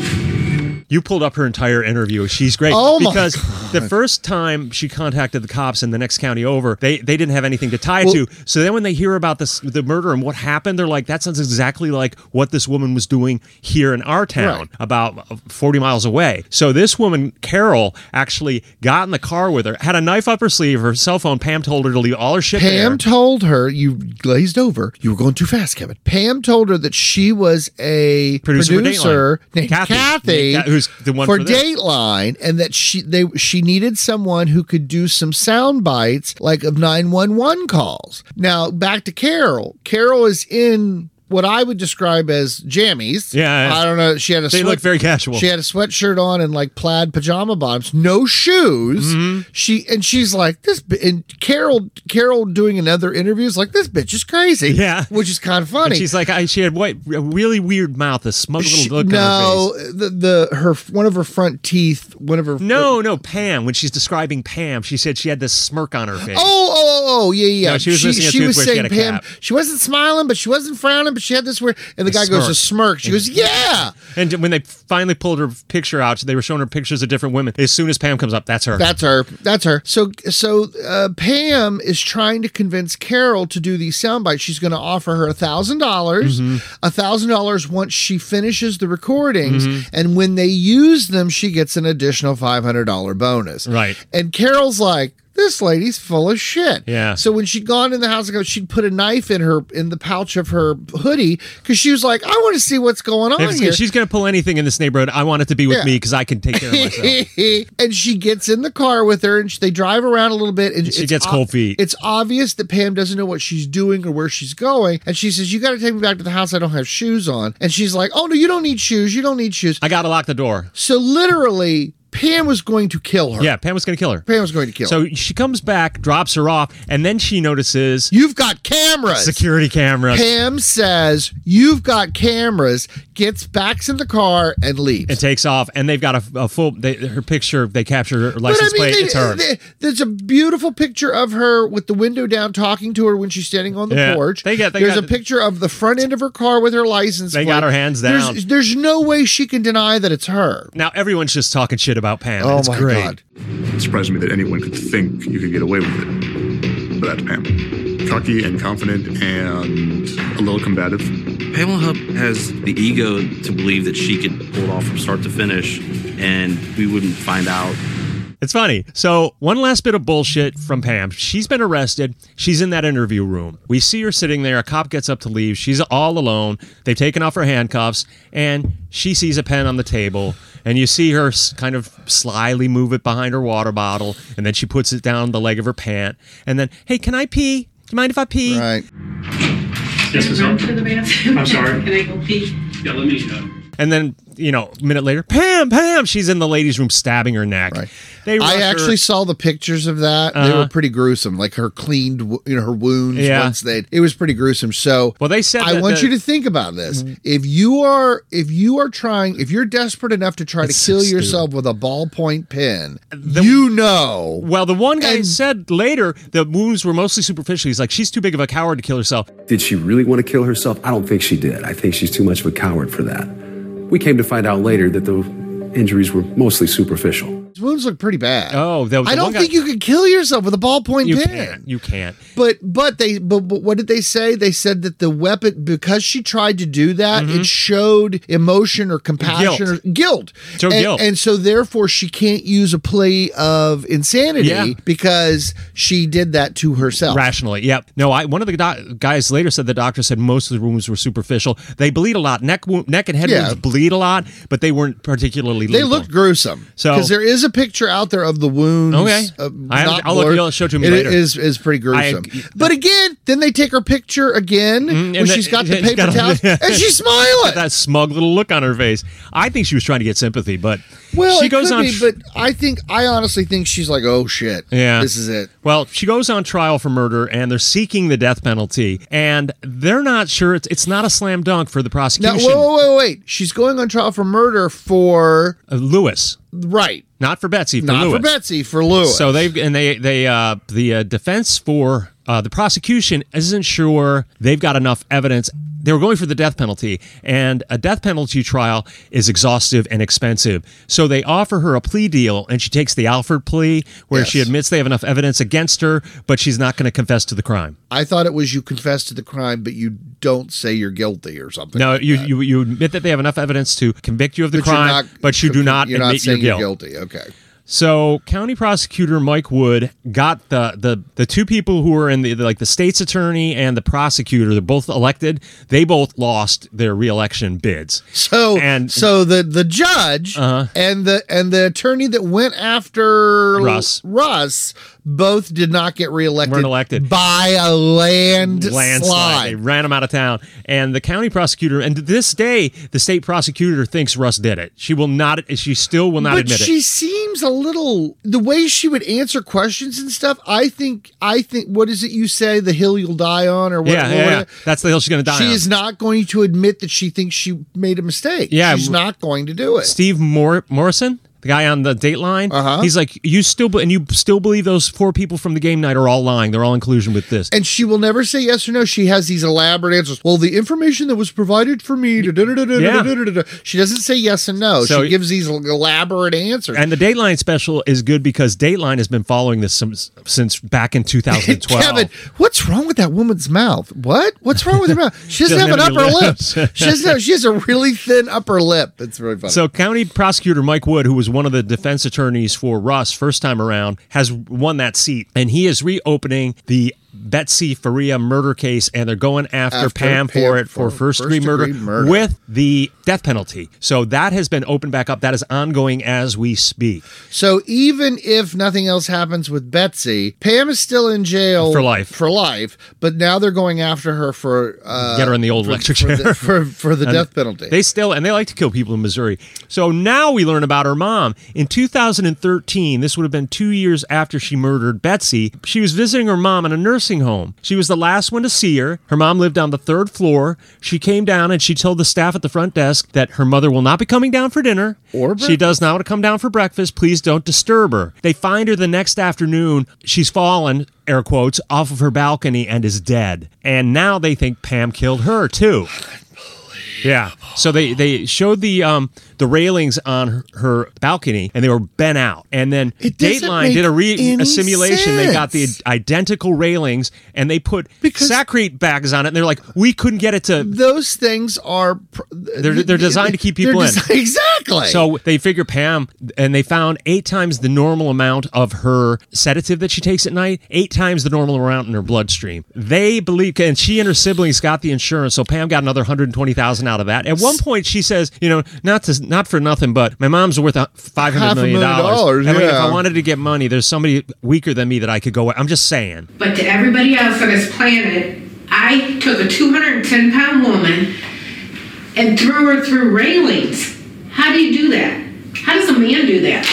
[SPEAKER 4] You pulled up her entire interview. She's great.
[SPEAKER 3] Oh my
[SPEAKER 4] because the first time she contacted the cops in the next county over, they they didn't have anything to tie to. So then when they hear about this the murder and what happened, they're like, that sounds exactly like what this woman was doing here in our town,
[SPEAKER 8] Right.
[SPEAKER 4] about 40 miles away. So this woman, Carol, actually got in the car with her, had a knife up her sleeve, her cell phone. Pam told her to leave all her shit there.
[SPEAKER 1] Pam told her you glazed over. You were going too fast, Kevin. Pam told her that she was a
[SPEAKER 4] Producer
[SPEAKER 1] producer,
[SPEAKER 4] for Dateline.
[SPEAKER 1] named
[SPEAKER 4] Kathy.
[SPEAKER 1] Kathy,
[SPEAKER 4] Yeah, who's the one
[SPEAKER 1] for,
[SPEAKER 4] for this.
[SPEAKER 1] Dateline, and that she they she needed someone who could do some sound bites like of nine one one calls. Now back to Carol. Carol is in. What I would describe as jammies.
[SPEAKER 4] Yeah.
[SPEAKER 1] I don't know. She had a
[SPEAKER 4] They
[SPEAKER 1] sweat-
[SPEAKER 4] look very casual.
[SPEAKER 1] She had a sweatshirt on and like plaid pajama bottoms, no shoes.
[SPEAKER 4] Mm-hmm.
[SPEAKER 1] She and she's like this, bi- and Carol Carol doing another interview is like this bitch is crazy.
[SPEAKER 4] Yeah.
[SPEAKER 1] which is kind of funny.
[SPEAKER 4] And she's like, I, she had what a really weird mouth, a smug little
[SPEAKER 1] She-
[SPEAKER 4] look on her face.
[SPEAKER 1] no, the, the her one of her front teeth, one of her.
[SPEAKER 4] No, no, Pam. When she's describing Pam, she said she had this smirk on her
[SPEAKER 1] Oh,
[SPEAKER 4] face.
[SPEAKER 1] oh, oh, oh, yeah, yeah.
[SPEAKER 4] No, she was listening to Tooth where she had a
[SPEAKER 1] Pam,
[SPEAKER 4] cap.
[SPEAKER 1] she wasn't smiling, but she wasn't frowning, but she had this weird. And the
[SPEAKER 4] A
[SPEAKER 1] guy goes, a smirk. She goes, yeah.
[SPEAKER 4] And when they finally pulled her picture out, they were showing her pictures of different women. As soon as Pam comes up, that's her.
[SPEAKER 1] That's her. That's her. So so uh, Pam is trying to convince Carol to do these sound bites. She's going to offer her a thousand dollars, a thousand dollars once she finishes the recordings,
[SPEAKER 4] Mhm.
[SPEAKER 1] and when they use them, she gets an additional five hundred dollar bonus.
[SPEAKER 4] Right.
[SPEAKER 1] And Carol's like. This lady's full of shit.
[SPEAKER 4] Yeah.
[SPEAKER 1] So when she'd gone in the house, ago, she'd put a knife in her in the pouch of her hoodie because she was like, "I want to see what's going on
[SPEAKER 4] If
[SPEAKER 1] here."
[SPEAKER 4] she's going to pull anything in this neighborhood, I want it to be with
[SPEAKER 1] Yeah.
[SPEAKER 4] me because I can take care of myself.
[SPEAKER 1] and she gets in the car with her, and sh- they drive around a little bit. And
[SPEAKER 4] She
[SPEAKER 1] it's
[SPEAKER 4] gets cold feet.
[SPEAKER 1] It's obvious that Pam doesn't know what she's doing or where she's going, and she says, "You got to take me back to the house. I don't have shoes on." And she's like, "Oh no, you don't need shoes. You don't need shoes."
[SPEAKER 4] I got to lock the door.
[SPEAKER 1] So literally, Pam was going to kill her.
[SPEAKER 4] Yeah, Pam was going to kill her.
[SPEAKER 1] Pam was going to kill
[SPEAKER 4] So
[SPEAKER 1] her.
[SPEAKER 4] she comes back, drops her off, and then she notices
[SPEAKER 1] you've got cameras,
[SPEAKER 4] security cameras,
[SPEAKER 1] Pam says, "You've got cameras." Gets backs in the car and leaves.
[SPEAKER 4] and takes off. And they've got a, a full they, her picture. They capture her license plate.
[SPEAKER 1] they-
[SPEAKER 4] it's her.
[SPEAKER 1] they- there's a beautiful picture of her with the window down, talking to her when she's standing on the
[SPEAKER 4] Yeah.
[SPEAKER 1] porch.
[SPEAKER 4] They got- they
[SPEAKER 1] there's
[SPEAKER 4] got-
[SPEAKER 1] a picture of the front end of her car with her license.
[SPEAKER 4] They
[SPEAKER 1] plate.
[SPEAKER 4] got her hands
[SPEAKER 1] There's-
[SPEAKER 4] down.
[SPEAKER 1] There's, no way she can deny that it's her.
[SPEAKER 4] now everyone's just talking shit about Pam.
[SPEAKER 1] Oh
[SPEAKER 4] it's
[SPEAKER 1] my
[SPEAKER 4] great.
[SPEAKER 1] God.
[SPEAKER 7] It surprises me that anyone could think you could get away with it. But that's Pam. Cocky and confident and a little combative.
[SPEAKER 23] Pamela Hub has the ego to believe that she could pull it off from start to finish, and we wouldn't find out.
[SPEAKER 4] It's funny. So, one last bit of bullshit from Pam. She's been arrested. She's in that interview room. We see her sitting there. A cop gets up to leave. She's all alone. They've taken off her handcuffs, and she sees a pen on the table. And you see her s- kind of slyly move it behind her water bottle, and then she puts it down the leg of her pant. And then, hey, can I pee?
[SPEAKER 5] you mind if I pee? Right.
[SPEAKER 8] Yes, Miss Hart.
[SPEAKER 3] To the bathroom.
[SPEAKER 8] I'm sorry.
[SPEAKER 3] Can I go pee?
[SPEAKER 8] Yeah, let me uh, know.
[SPEAKER 4] And then, you know, a minute later, Pam, Pam, she's in the ladies' room stabbing her neck. They rush
[SPEAKER 1] I
[SPEAKER 4] her-
[SPEAKER 1] actually saw the pictures of that. They
[SPEAKER 4] Uh-huh.
[SPEAKER 1] were pretty gruesome. Like her cleaned, wo- you know, her wounds.
[SPEAKER 4] Yeah.
[SPEAKER 1] Once they, it was pretty gruesome. So,
[SPEAKER 4] well, they said
[SPEAKER 1] I
[SPEAKER 4] that
[SPEAKER 1] want
[SPEAKER 4] the-
[SPEAKER 1] you to think about this. If you are, if you are trying, if you're desperate enough to try to
[SPEAKER 4] It's so
[SPEAKER 1] kill
[SPEAKER 4] stupid.
[SPEAKER 1] yourself with a ballpoint pen, you know.
[SPEAKER 4] Well, the one guy said later the wounds were mostly superficial. He's like, she's too big of a coward to kill herself.
[SPEAKER 14] Did she really want to kill herself? I don't think she did. I think she's too much of a coward for that. We came to find out later that the injuries were mostly superficial.
[SPEAKER 1] His wounds look pretty bad.
[SPEAKER 4] Oh, that was
[SPEAKER 1] I
[SPEAKER 4] the
[SPEAKER 1] don't
[SPEAKER 4] one guy-
[SPEAKER 1] think you could kill yourself with a ballpoint
[SPEAKER 4] You
[SPEAKER 1] pen.
[SPEAKER 4] can't. You can't.
[SPEAKER 1] But but they but, but what did they say? They said that the weapon because she tried to do that, it showed emotion or compassion
[SPEAKER 4] Mm-hmm. Guilt.
[SPEAKER 1] or guilt.
[SPEAKER 4] Showed
[SPEAKER 1] and,
[SPEAKER 4] guilt.
[SPEAKER 1] and so therefore she can't use a plea of insanity
[SPEAKER 4] Yeah.
[SPEAKER 1] because she did that to herself.
[SPEAKER 4] Rationally, yep. No, I one of the doc- guys later said the doctor said most of the wounds were superficial. They bleed a lot. Neck wo- neck and head
[SPEAKER 1] Yeah.
[SPEAKER 4] wounds bleed a lot, but they weren't particularly.
[SPEAKER 1] They
[SPEAKER 4] lethal.
[SPEAKER 1] looked gruesome.
[SPEAKER 4] So-
[SPEAKER 1] because there is a picture out there of the wounds.
[SPEAKER 4] Okay.
[SPEAKER 1] uh,
[SPEAKER 4] I-
[SPEAKER 1] not
[SPEAKER 4] I'll look-
[SPEAKER 1] blurred.
[SPEAKER 4] you'll show it to me
[SPEAKER 1] It
[SPEAKER 4] later.
[SPEAKER 1] is is pretty gruesome. but again, then they take her picture again
[SPEAKER 4] Mm, And
[SPEAKER 1] when
[SPEAKER 4] that-
[SPEAKER 1] she's got the
[SPEAKER 4] she's
[SPEAKER 1] paper
[SPEAKER 4] got a-
[SPEAKER 1] towel and she's smiling.
[SPEAKER 4] Got that smug little look on her face. I think she was trying to get sympathy, but
[SPEAKER 1] Well,
[SPEAKER 4] she
[SPEAKER 1] it
[SPEAKER 4] goes
[SPEAKER 1] could
[SPEAKER 4] on.
[SPEAKER 1] be, but I think I honestly think she's like, oh shit,
[SPEAKER 4] Yeah.
[SPEAKER 1] this is it.
[SPEAKER 4] Well, she goes on trial for murder and they're seeking the death penalty and they're not sure it's it's not a slam dunk for the
[SPEAKER 1] Now,
[SPEAKER 4] prosecution.
[SPEAKER 1] wait, wait, wait, wait. She's going on trial for murder for
[SPEAKER 4] Uh, Lewis.
[SPEAKER 1] right,
[SPEAKER 4] Not for Betsy, for
[SPEAKER 1] not
[SPEAKER 4] Lewis.
[SPEAKER 1] for Betsy, for Lewis.
[SPEAKER 4] So they've and they they uh the uh, defense for uh, the prosecution isn't sure they've got enough evidence. They were going for the death penalty, and a death penalty trial is exhaustive and expensive. So they offer her a plea deal, and she takes the Alford plea, where she admits they have enough evidence against her, but she's not going to confess to the crime.
[SPEAKER 1] I thought it was you confess to the crime, but you don't say you're guilty or something.
[SPEAKER 4] No, you, you you admit that they have enough evidence to convict you of the
[SPEAKER 1] uh, But you're
[SPEAKER 4] crime,
[SPEAKER 1] not-
[SPEAKER 4] but you do not
[SPEAKER 1] You're
[SPEAKER 4] admit
[SPEAKER 1] not saying
[SPEAKER 4] your
[SPEAKER 1] you're
[SPEAKER 4] guilt.
[SPEAKER 1] guilty. Okay.
[SPEAKER 4] So, County Prosecutor Mike Wood got the the the two people who were in the, the like the state's attorney and the prosecutor. They're both elected. They both lost their reelection bids.
[SPEAKER 1] So and so the the judge
[SPEAKER 4] Uh-huh.
[SPEAKER 1] and the and the attorney that went after
[SPEAKER 4] Russ.
[SPEAKER 1] Russ both did not get reelected.
[SPEAKER 4] Weren't elected.
[SPEAKER 1] by a land
[SPEAKER 4] Landslide. They
[SPEAKER 1] landslide.
[SPEAKER 4] ran him out of town. And the county prosecutor, and to this day, the state prosecutor thinks Russ did it. She will not. She still will not
[SPEAKER 1] but
[SPEAKER 4] admit
[SPEAKER 1] she
[SPEAKER 4] it.
[SPEAKER 1] seems a little the way she would answer questions and stuff. I think I think what is it you say the hill you'll die on or what?
[SPEAKER 4] Yeah, yeah,
[SPEAKER 1] what-
[SPEAKER 4] yeah. That's the hill she's going to die.
[SPEAKER 1] She
[SPEAKER 4] on.
[SPEAKER 1] is not going to admit that she thinks she made a mistake.
[SPEAKER 4] Yeah,
[SPEAKER 1] she's
[SPEAKER 4] I'm-
[SPEAKER 1] not going to do it.
[SPEAKER 4] Steve Mor- Morrison, the guy on the Dateline.
[SPEAKER 1] Uh-huh.
[SPEAKER 4] He's like, you still be- and you still believe those four people from the game night are all lying. They're all in collusion with this.
[SPEAKER 1] And she will never say yes or no. She has these elaborate answers. Well, the information that was provided for me. da- da- da- da- da-
[SPEAKER 4] Yeah.
[SPEAKER 1] da- da- da- da. She doesn't say yes and no.
[SPEAKER 4] So-
[SPEAKER 1] she gives these elaborate answers.
[SPEAKER 4] And the Dateline special is good because Dateline has been following this some, since back in 2012.
[SPEAKER 1] Kevin, what's wrong with that woman's mouth? What? What's wrong with her mouth? She doesn't,
[SPEAKER 4] Doesn't
[SPEAKER 1] have,
[SPEAKER 4] have
[SPEAKER 1] an
[SPEAKER 4] any
[SPEAKER 1] upper
[SPEAKER 4] lips.
[SPEAKER 1] lip. She doesn't have, she has a really thin upper lip. It's really funny.
[SPEAKER 4] So, County Prosecutor Mike Wood, who was one of the defense attorneys for Russ first time around, has won that seat, and he is reopening the Betsy Faria murder case, and they're going after,
[SPEAKER 1] After
[SPEAKER 4] Pam,
[SPEAKER 1] Pam
[SPEAKER 4] for it for
[SPEAKER 1] for
[SPEAKER 4] first degree murder,
[SPEAKER 1] first-degree murder.
[SPEAKER 4] with the death penalty. So that has been opened back up. That is ongoing as we speak
[SPEAKER 1] So even if nothing else happens with Betsy, Pam is still in jail
[SPEAKER 4] For life.
[SPEAKER 1] For life, but now they're going after her for uh,
[SPEAKER 4] Get her in the old
[SPEAKER 1] for,
[SPEAKER 4] electric
[SPEAKER 1] for
[SPEAKER 4] chair
[SPEAKER 1] the, for, for the
[SPEAKER 4] And
[SPEAKER 1] death penalty.
[SPEAKER 4] They still and they like to kill people in Missouri. So now we learn about her mom. In 2013, this would have been two years after she murdered Betsy. She was visiting her mom in a nursing home. She was the last one to see her. Her mom lived on the third floor. She came down and she told the staff at the front desk that her mother will not be coming down for dinner. Or she does not want to come down for breakfast. Please don't disturb her. They find her the next afternoon. She's fallen. Air quotes off of her balcony and is dead. And now they think Pam killed her too. Yeah. So they they showed the um the railings on her, her balcony and they were bent out. And then
[SPEAKER 1] doesn't
[SPEAKER 4] Dateline
[SPEAKER 1] make
[SPEAKER 4] did a re
[SPEAKER 1] any
[SPEAKER 4] a simulation. They got the identical railings and they put sacrete bags on it. And they're like, we couldn't get it to.
[SPEAKER 1] Those things are pr-
[SPEAKER 4] They're they're designed to keep
[SPEAKER 1] they're
[SPEAKER 4] people in.
[SPEAKER 1] desi- exactly.
[SPEAKER 4] So they figure Pam, and they found eight times the normal amount of her sedative that she takes at night, eight times the normal amount in her bloodstream. They believe, and she and her siblings got the insurance, so Pam got another hundred and twenty thousand out of that. At one point, she says, "You know, not to not for nothing, but my mom's worth a- five hundred
[SPEAKER 1] Half a
[SPEAKER 4] million
[SPEAKER 1] million dollars,
[SPEAKER 4] dollars. And like, if
[SPEAKER 1] yeah.
[SPEAKER 4] I wanted to get money, there's somebody weaker than me that I could go. with. I'm just saying.
[SPEAKER 5] But to everybody else on this planet, I took a 210 pound woman and threw her through railings. How do you do that? How does a man do that?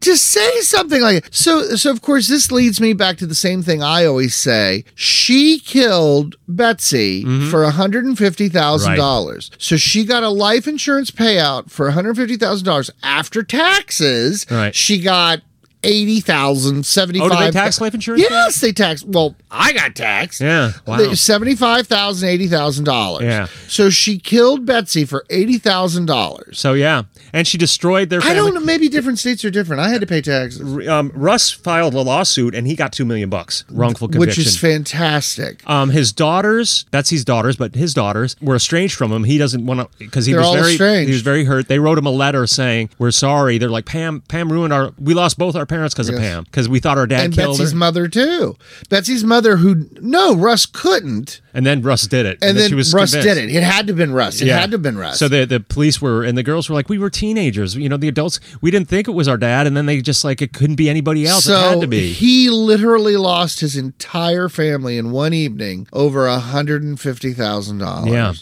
[SPEAKER 1] to say something like so so of course this leads me back to the same thing i always say she killed betsy
[SPEAKER 4] Mm-hmm.
[SPEAKER 1] for $150000 so she got a life insurance payout for $150000 after taxes
[SPEAKER 4] Right. Oh,
[SPEAKER 1] she got 80000 75
[SPEAKER 4] tax life insurance
[SPEAKER 1] yes they tax well i got taxed
[SPEAKER 4] Yeah. Wow.
[SPEAKER 1] They- $75,000, $80,000.
[SPEAKER 4] Yeah.
[SPEAKER 1] So she killed Betsy for $80,000.
[SPEAKER 4] So yeah, and she destroyed their.
[SPEAKER 1] I
[SPEAKER 4] Family.
[SPEAKER 1] don't know. Maybe different states are different. I had to pay taxes.
[SPEAKER 4] Um, Russ filed a lawsuit and he got two million bucks wrongful
[SPEAKER 1] which
[SPEAKER 4] conviction,
[SPEAKER 1] is fantastic.
[SPEAKER 4] Um, his daughters, Betsy's daughters, but his daughters were estranged from him. He doesn't want to because he
[SPEAKER 1] They're all
[SPEAKER 4] was very
[SPEAKER 1] estranged.
[SPEAKER 4] he was very hurt. They wrote him a letter saying we're sorry. They're like Pam. Pam ruined our. We lost both our parents because
[SPEAKER 1] Yes.
[SPEAKER 4] of Pam because we thought our dad
[SPEAKER 1] and
[SPEAKER 4] killed
[SPEAKER 1] Betsy's
[SPEAKER 4] her.
[SPEAKER 1] mother too. Betsy's mother, who no Russ couldn't,
[SPEAKER 4] and then Russ did it.
[SPEAKER 1] and, then,
[SPEAKER 4] she was
[SPEAKER 1] Russ
[SPEAKER 4] convinced.
[SPEAKER 1] did it. It had to have been Russ. It had to have been Russ.
[SPEAKER 4] So the the police were and the girls were like, we were teenagers. You know, the adults we didn't think it was our dad, and then they just like it couldn't be anybody else. it had
[SPEAKER 1] So
[SPEAKER 4] to be.
[SPEAKER 1] he literally lost his entire family in one evening over a hundred and fifty thousand dollars.
[SPEAKER 4] Yeah.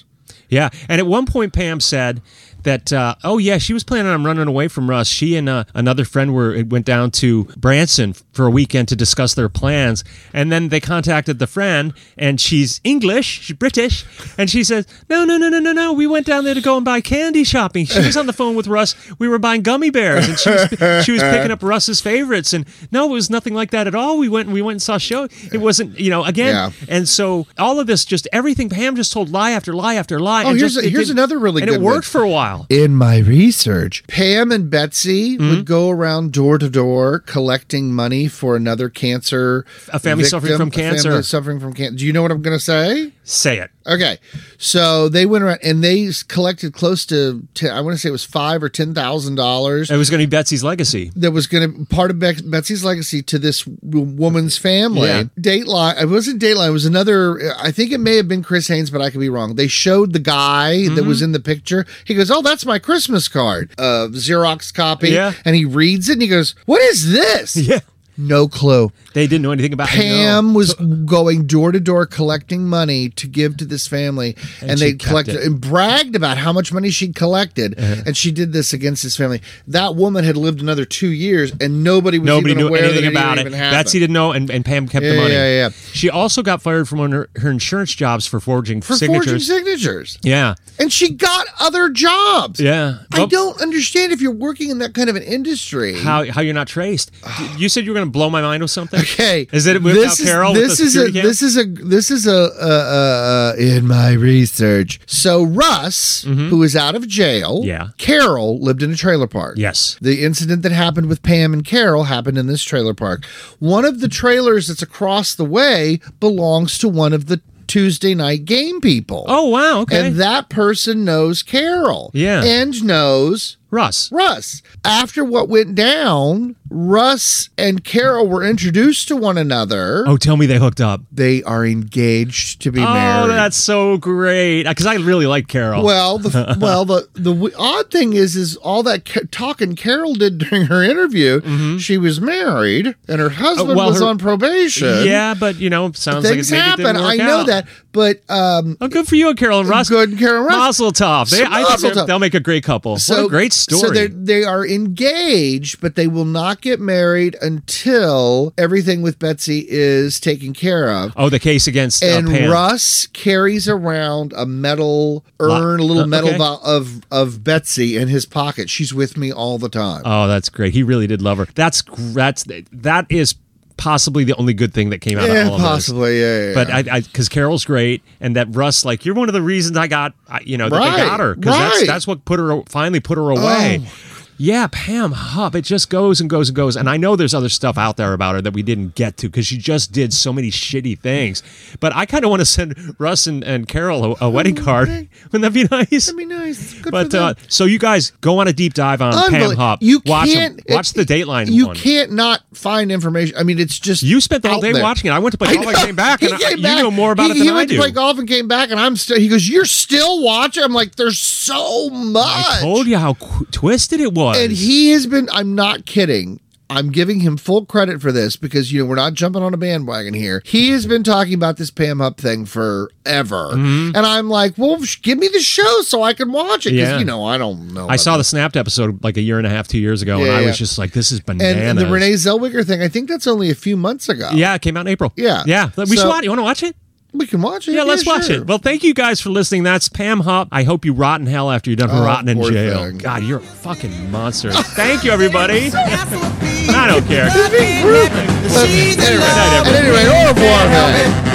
[SPEAKER 4] Yeah. And at one point, Pam said that, uh, oh, yeah, she was planning on running away from Russ. She and uh, another friend were went down to Branson for a weekend to discuss their plans. And then they contacted the friend, and she's English, she's British. And she says, no, no, no, no, no, no. We went down there to go and buy candy shopping. She was on the phone with Russ. We were buying gummy bears, and she was, she was picking up Russ's favorites. And no, it was nothing like that at all. We went and we went and saw a show. It wasn't, you know, again.
[SPEAKER 1] Yeah.
[SPEAKER 4] And so all of this, just everything Pam just told lie after lie after lie.
[SPEAKER 1] Oh,
[SPEAKER 4] and
[SPEAKER 1] here's
[SPEAKER 4] just-
[SPEAKER 1] a-
[SPEAKER 4] it
[SPEAKER 1] here's
[SPEAKER 4] didn't-
[SPEAKER 1] another really
[SPEAKER 4] and
[SPEAKER 1] good
[SPEAKER 4] it
[SPEAKER 1] one.
[SPEAKER 4] worked for a while. Mm-hmm.
[SPEAKER 1] In my research, Pam and Betsy would go around door to door collecting money for another cancer,
[SPEAKER 4] A family suffering
[SPEAKER 1] victim,
[SPEAKER 4] from
[SPEAKER 1] a family
[SPEAKER 4] cancer.
[SPEAKER 1] suffering from cancer. Do you know what I'm going to say?
[SPEAKER 4] Say it.
[SPEAKER 1] Okay, so they went around and they s- collected close to ten, I want to say it was five or ten thousand dollars.
[SPEAKER 4] It was going to be Betsy's legacy.
[SPEAKER 1] That was going to part of Bex- Betsy's legacy to this w- woman's family.
[SPEAKER 4] Yeah.
[SPEAKER 1] Dateline, it wasn't Dateline. It was another. I think it may have been Chris Haynes, but I could be wrong. They showed the guy
[SPEAKER 4] Mm-hmm.
[SPEAKER 1] that was in the picture. He goes, "Oh, that's my Christmas card, uh, Xerox copy."
[SPEAKER 4] Yeah.
[SPEAKER 1] and he reads it and he goes, "What is this?"
[SPEAKER 4] Yeah.
[SPEAKER 1] No clue.
[SPEAKER 4] They didn't know anything about it, no.
[SPEAKER 1] Pam was going door to door collecting money to give to this family, and,
[SPEAKER 4] And
[SPEAKER 1] they
[SPEAKER 4] she kept
[SPEAKER 1] collected
[SPEAKER 4] it. Uh-huh.
[SPEAKER 1] and bragged about how much money she collected, and she did this against this family. That woman had lived another two years, and nobody was
[SPEAKER 4] Nobody
[SPEAKER 1] even
[SPEAKER 4] knew
[SPEAKER 1] aware
[SPEAKER 4] anything
[SPEAKER 1] that
[SPEAKER 4] about
[SPEAKER 1] it.
[SPEAKER 4] it.
[SPEAKER 1] Even happened.
[SPEAKER 4] Betsy didn't know, and, and Pam kept
[SPEAKER 1] Yeah,
[SPEAKER 4] the money.
[SPEAKER 1] yeah, yeah.
[SPEAKER 4] She also got fired from one of her, her insurance jobs for forging
[SPEAKER 1] for
[SPEAKER 4] signatures.
[SPEAKER 1] forging signatures,
[SPEAKER 4] yeah,
[SPEAKER 1] and she got other jobs.
[SPEAKER 4] yeah.
[SPEAKER 1] I
[SPEAKER 4] Well,
[SPEAKER 1] don't understand if you're working in that kind of an industry.
[SPEAKER 4] how how you're not traced? you said you were going to blow my mind with something.
[SPEAKER 1] Okay,
[SPEAKER 4] is it without
[SPEAKER 1] this is
[SPEAKER 4] Carol? with
[SPEAKER 1] this
[SPEAKER 4] the
[SPEAKER 1] is a
[SPEAKER 4] security cam?
[SPEAKER 1] this is a this is a uh, uh, uh, in my research. So Russ, who is out of jail,
[SPEAKER 4] Mm-hmm. Yeah.
[SPEAKER 1] Carol lived in a trailer park.
[SPEAKER 4] Yes.
[SPEAKER 1] the incident that happened with Pam and Carol happened in this trailer park. One of the trailers that's across the way belongs to one of the Tuesday night game people.
[SPEAKER 4] Oh wow! Okay.
[SPEAKER 1] And that person knows Carol.
[SPEAKER 4] Yeah.
[SPEAKER 1] And knows
[SPEAKER 4] Russ.
[SPEAKER 1] Russ. After what went down, Russ and Carol were introduced to one another.
[SPEAKER 4] Oh, tell me they hooked up.
[SPEAKER 1] They are engaged to be
[SPEAKER 4] Oh,
[SPEAKER 1] married.
[SPEAKER 4] that's so great. Because I really like Carol.
[SPEAKER 1] Well, the well the the w- odd thing is is all that ca- talking Carol did during her interview, she was married and her husband
[SPEAKER 4] Mm-hmm. Uh, well,
[SPEAKER 1] was
[SPEAKER 4] her-
[SPEAKER 1] on probation.
[SPEAKER 4] yeah, but you know, sounds like
[SPEAKER 1] things
[SPEAKER 4] it maybe it
[SPEAKER 1] happen.
[SPEAKER 4] didn't
[SPEAKER 1] I
[SPEAKER 4] work
[SPEAKER 1] know
[SPEAKER 4] out.
[SPEAKER 1] that, but um,
[SPEAKER 4] Oh, good for you, Carol and Russ.
[SPEAKER 1] Good, Carol and Russ.
[SPEAKER 4] Mazel tov. They, I think
[SPEAKER 1] Mazel
[SPEAKER 4] they're-
[SPEAKER 1] tov.
[SPEAKER 4] they'll make a great couple. what a great story.
[SPEAKER 1] So they're- they are engaged, but they will not get married until everything with Betsy is taken care of.
[SPEAKER 4] oh, the case against
[SPEAKER 1] And
[SPEAKER 4] uh, Pam.
[SPEAKER 1] Russ carries around a metal urn, a little
[SPEAKER 4] uh,
[SPEAKER 1] metal
[SPEAKER 4] okay.
[SPEAKER 1] vo- of of Betsy in his pocket. She's with me all the time.
[SPEAKER 4] Oh, that's great. He really did love her. That's gr- that's that is possibly the only good thing that came out
[SPEAKER 1] yeah,
[SPEAKER 4] of all of this.
[SPEAKER 1] possibly. Yeah, yeah,
[SPEAKER 4] But
[SPEAKER 1] yeah.
[SPEAKER 4] I, because Carol's great, and that Russ, like, you're one of the reasons I got, I- you know, that
[SPEAKER 1] Right,
[SPEAKER 4] they got her because
[SPEAKER 1] right. Oh.
[SPEAKER 4] that's that's what put her finally put her away. yeah, Pam Hupp. It just goes and goes and goes. And I know there's other stuff out there about her that we didn't get to because she just did so many shitty things. But I kind of want to send Russ and, and Carol a, a wedding card. Wouldn't that be nice? That'd be
[SPEAKER 1] nice. Good
[SPEAKER 4] but uh, so you guys go on a deep dive on Pam
[SPEAKER 1] Unbelie-
[SPEAKER 4] Hupp.
[SPEAKER 1] You
[SPEAKER 4] watch 'em.
[SPEAKER 1] can't-
[SPEAKER 4] watch the Dateline
[SPEAKER 1] you
[SPEAKER 4] one.
[SPEAKER 1] can't not find information. I mean, it's just
[SPEAKER 4] you spent the whole
[SPEAKER 1] out
[SPEAKER 4] day
[SPEAKER 1] there.
[SPEAKER 4] watching it. I went to play golf. I
[SPEAKER 1] know.
[SPEAKER 4] came back,
[SPEAKER 1] He
[SPEAKER 4] and I-
[SPEAKER 1] came
[SPEAKER 4] you
[SPEAKER 1] back.
[SPEAKER 4] know more about
[SPEAKER 1] He-
[SPEAKER 4] it than
[SPEAKER 1] he
[SPEAKER 4] I
[SPEAKER 1] went
[SPEAKER 4] do.
[SPEAKER 1] to play golf and came back, and I'm still. He goes, "You're still watching." I'm like, "There's so much."
[SPEAKER 4] I told you how qu- twisted it was.
[SPEAKER 1] And he has been, I'm not kidding. I'm giving him full credit for this because, you know, we're not jumping on a bandwagon here. He has been talking about this Pam Up thing forever.
[SPEAKER 4] Mhm.
[SPEAKER 1] And I'm like, well, sh- give me the show so I can watch it. Because,
[SPEAKER 4] Yeah.
[SPEAKER 1] you know, I don't know.
[SPEAKER 4] I saw the Snapped episode like a year and a half, two years ago, and
[SPEAKER 1] Yeah,
[SPEAKER 4] I
[SPEAKER 1] yeah.
[SPEAKER 4] was just like, "This is
[SPEAKER 1] And,
[SPEAKER 4] bananas."
[SPEAKER 1] and the Renee Zellweger thing, I think that's only a few months ago.
[SPEAKER 4] Yeah, it came out in April.
[SPEAKER 1] Oh. Yeah.
[SPEAKER 4] Yeah. We should
[SPEAKER 1] So-
[SPEAKER 4] watch it. You want to watch it?
[SPEAKER 1] We can watch it.
[SPEAKER 4] Yeah, let's watch
[SPEAKER 1] sure.
[SPEAKER 4] it. Well, thank you guys for listening. That's Pam Hupp. I hope you rot in hell after you're done
[SPEAKER 1] Oh,
[SPEAKER 4] rotting in
[SPEAKER 1] poor
[SPEAKER 4] jail.
[SPEAKER 1] thing.
[SPEAKER 4] God, you're a fucking monster. thank you, everybody. I don't care.
[SPEAKER 1] But anyway, at any rate, au revoir, guys.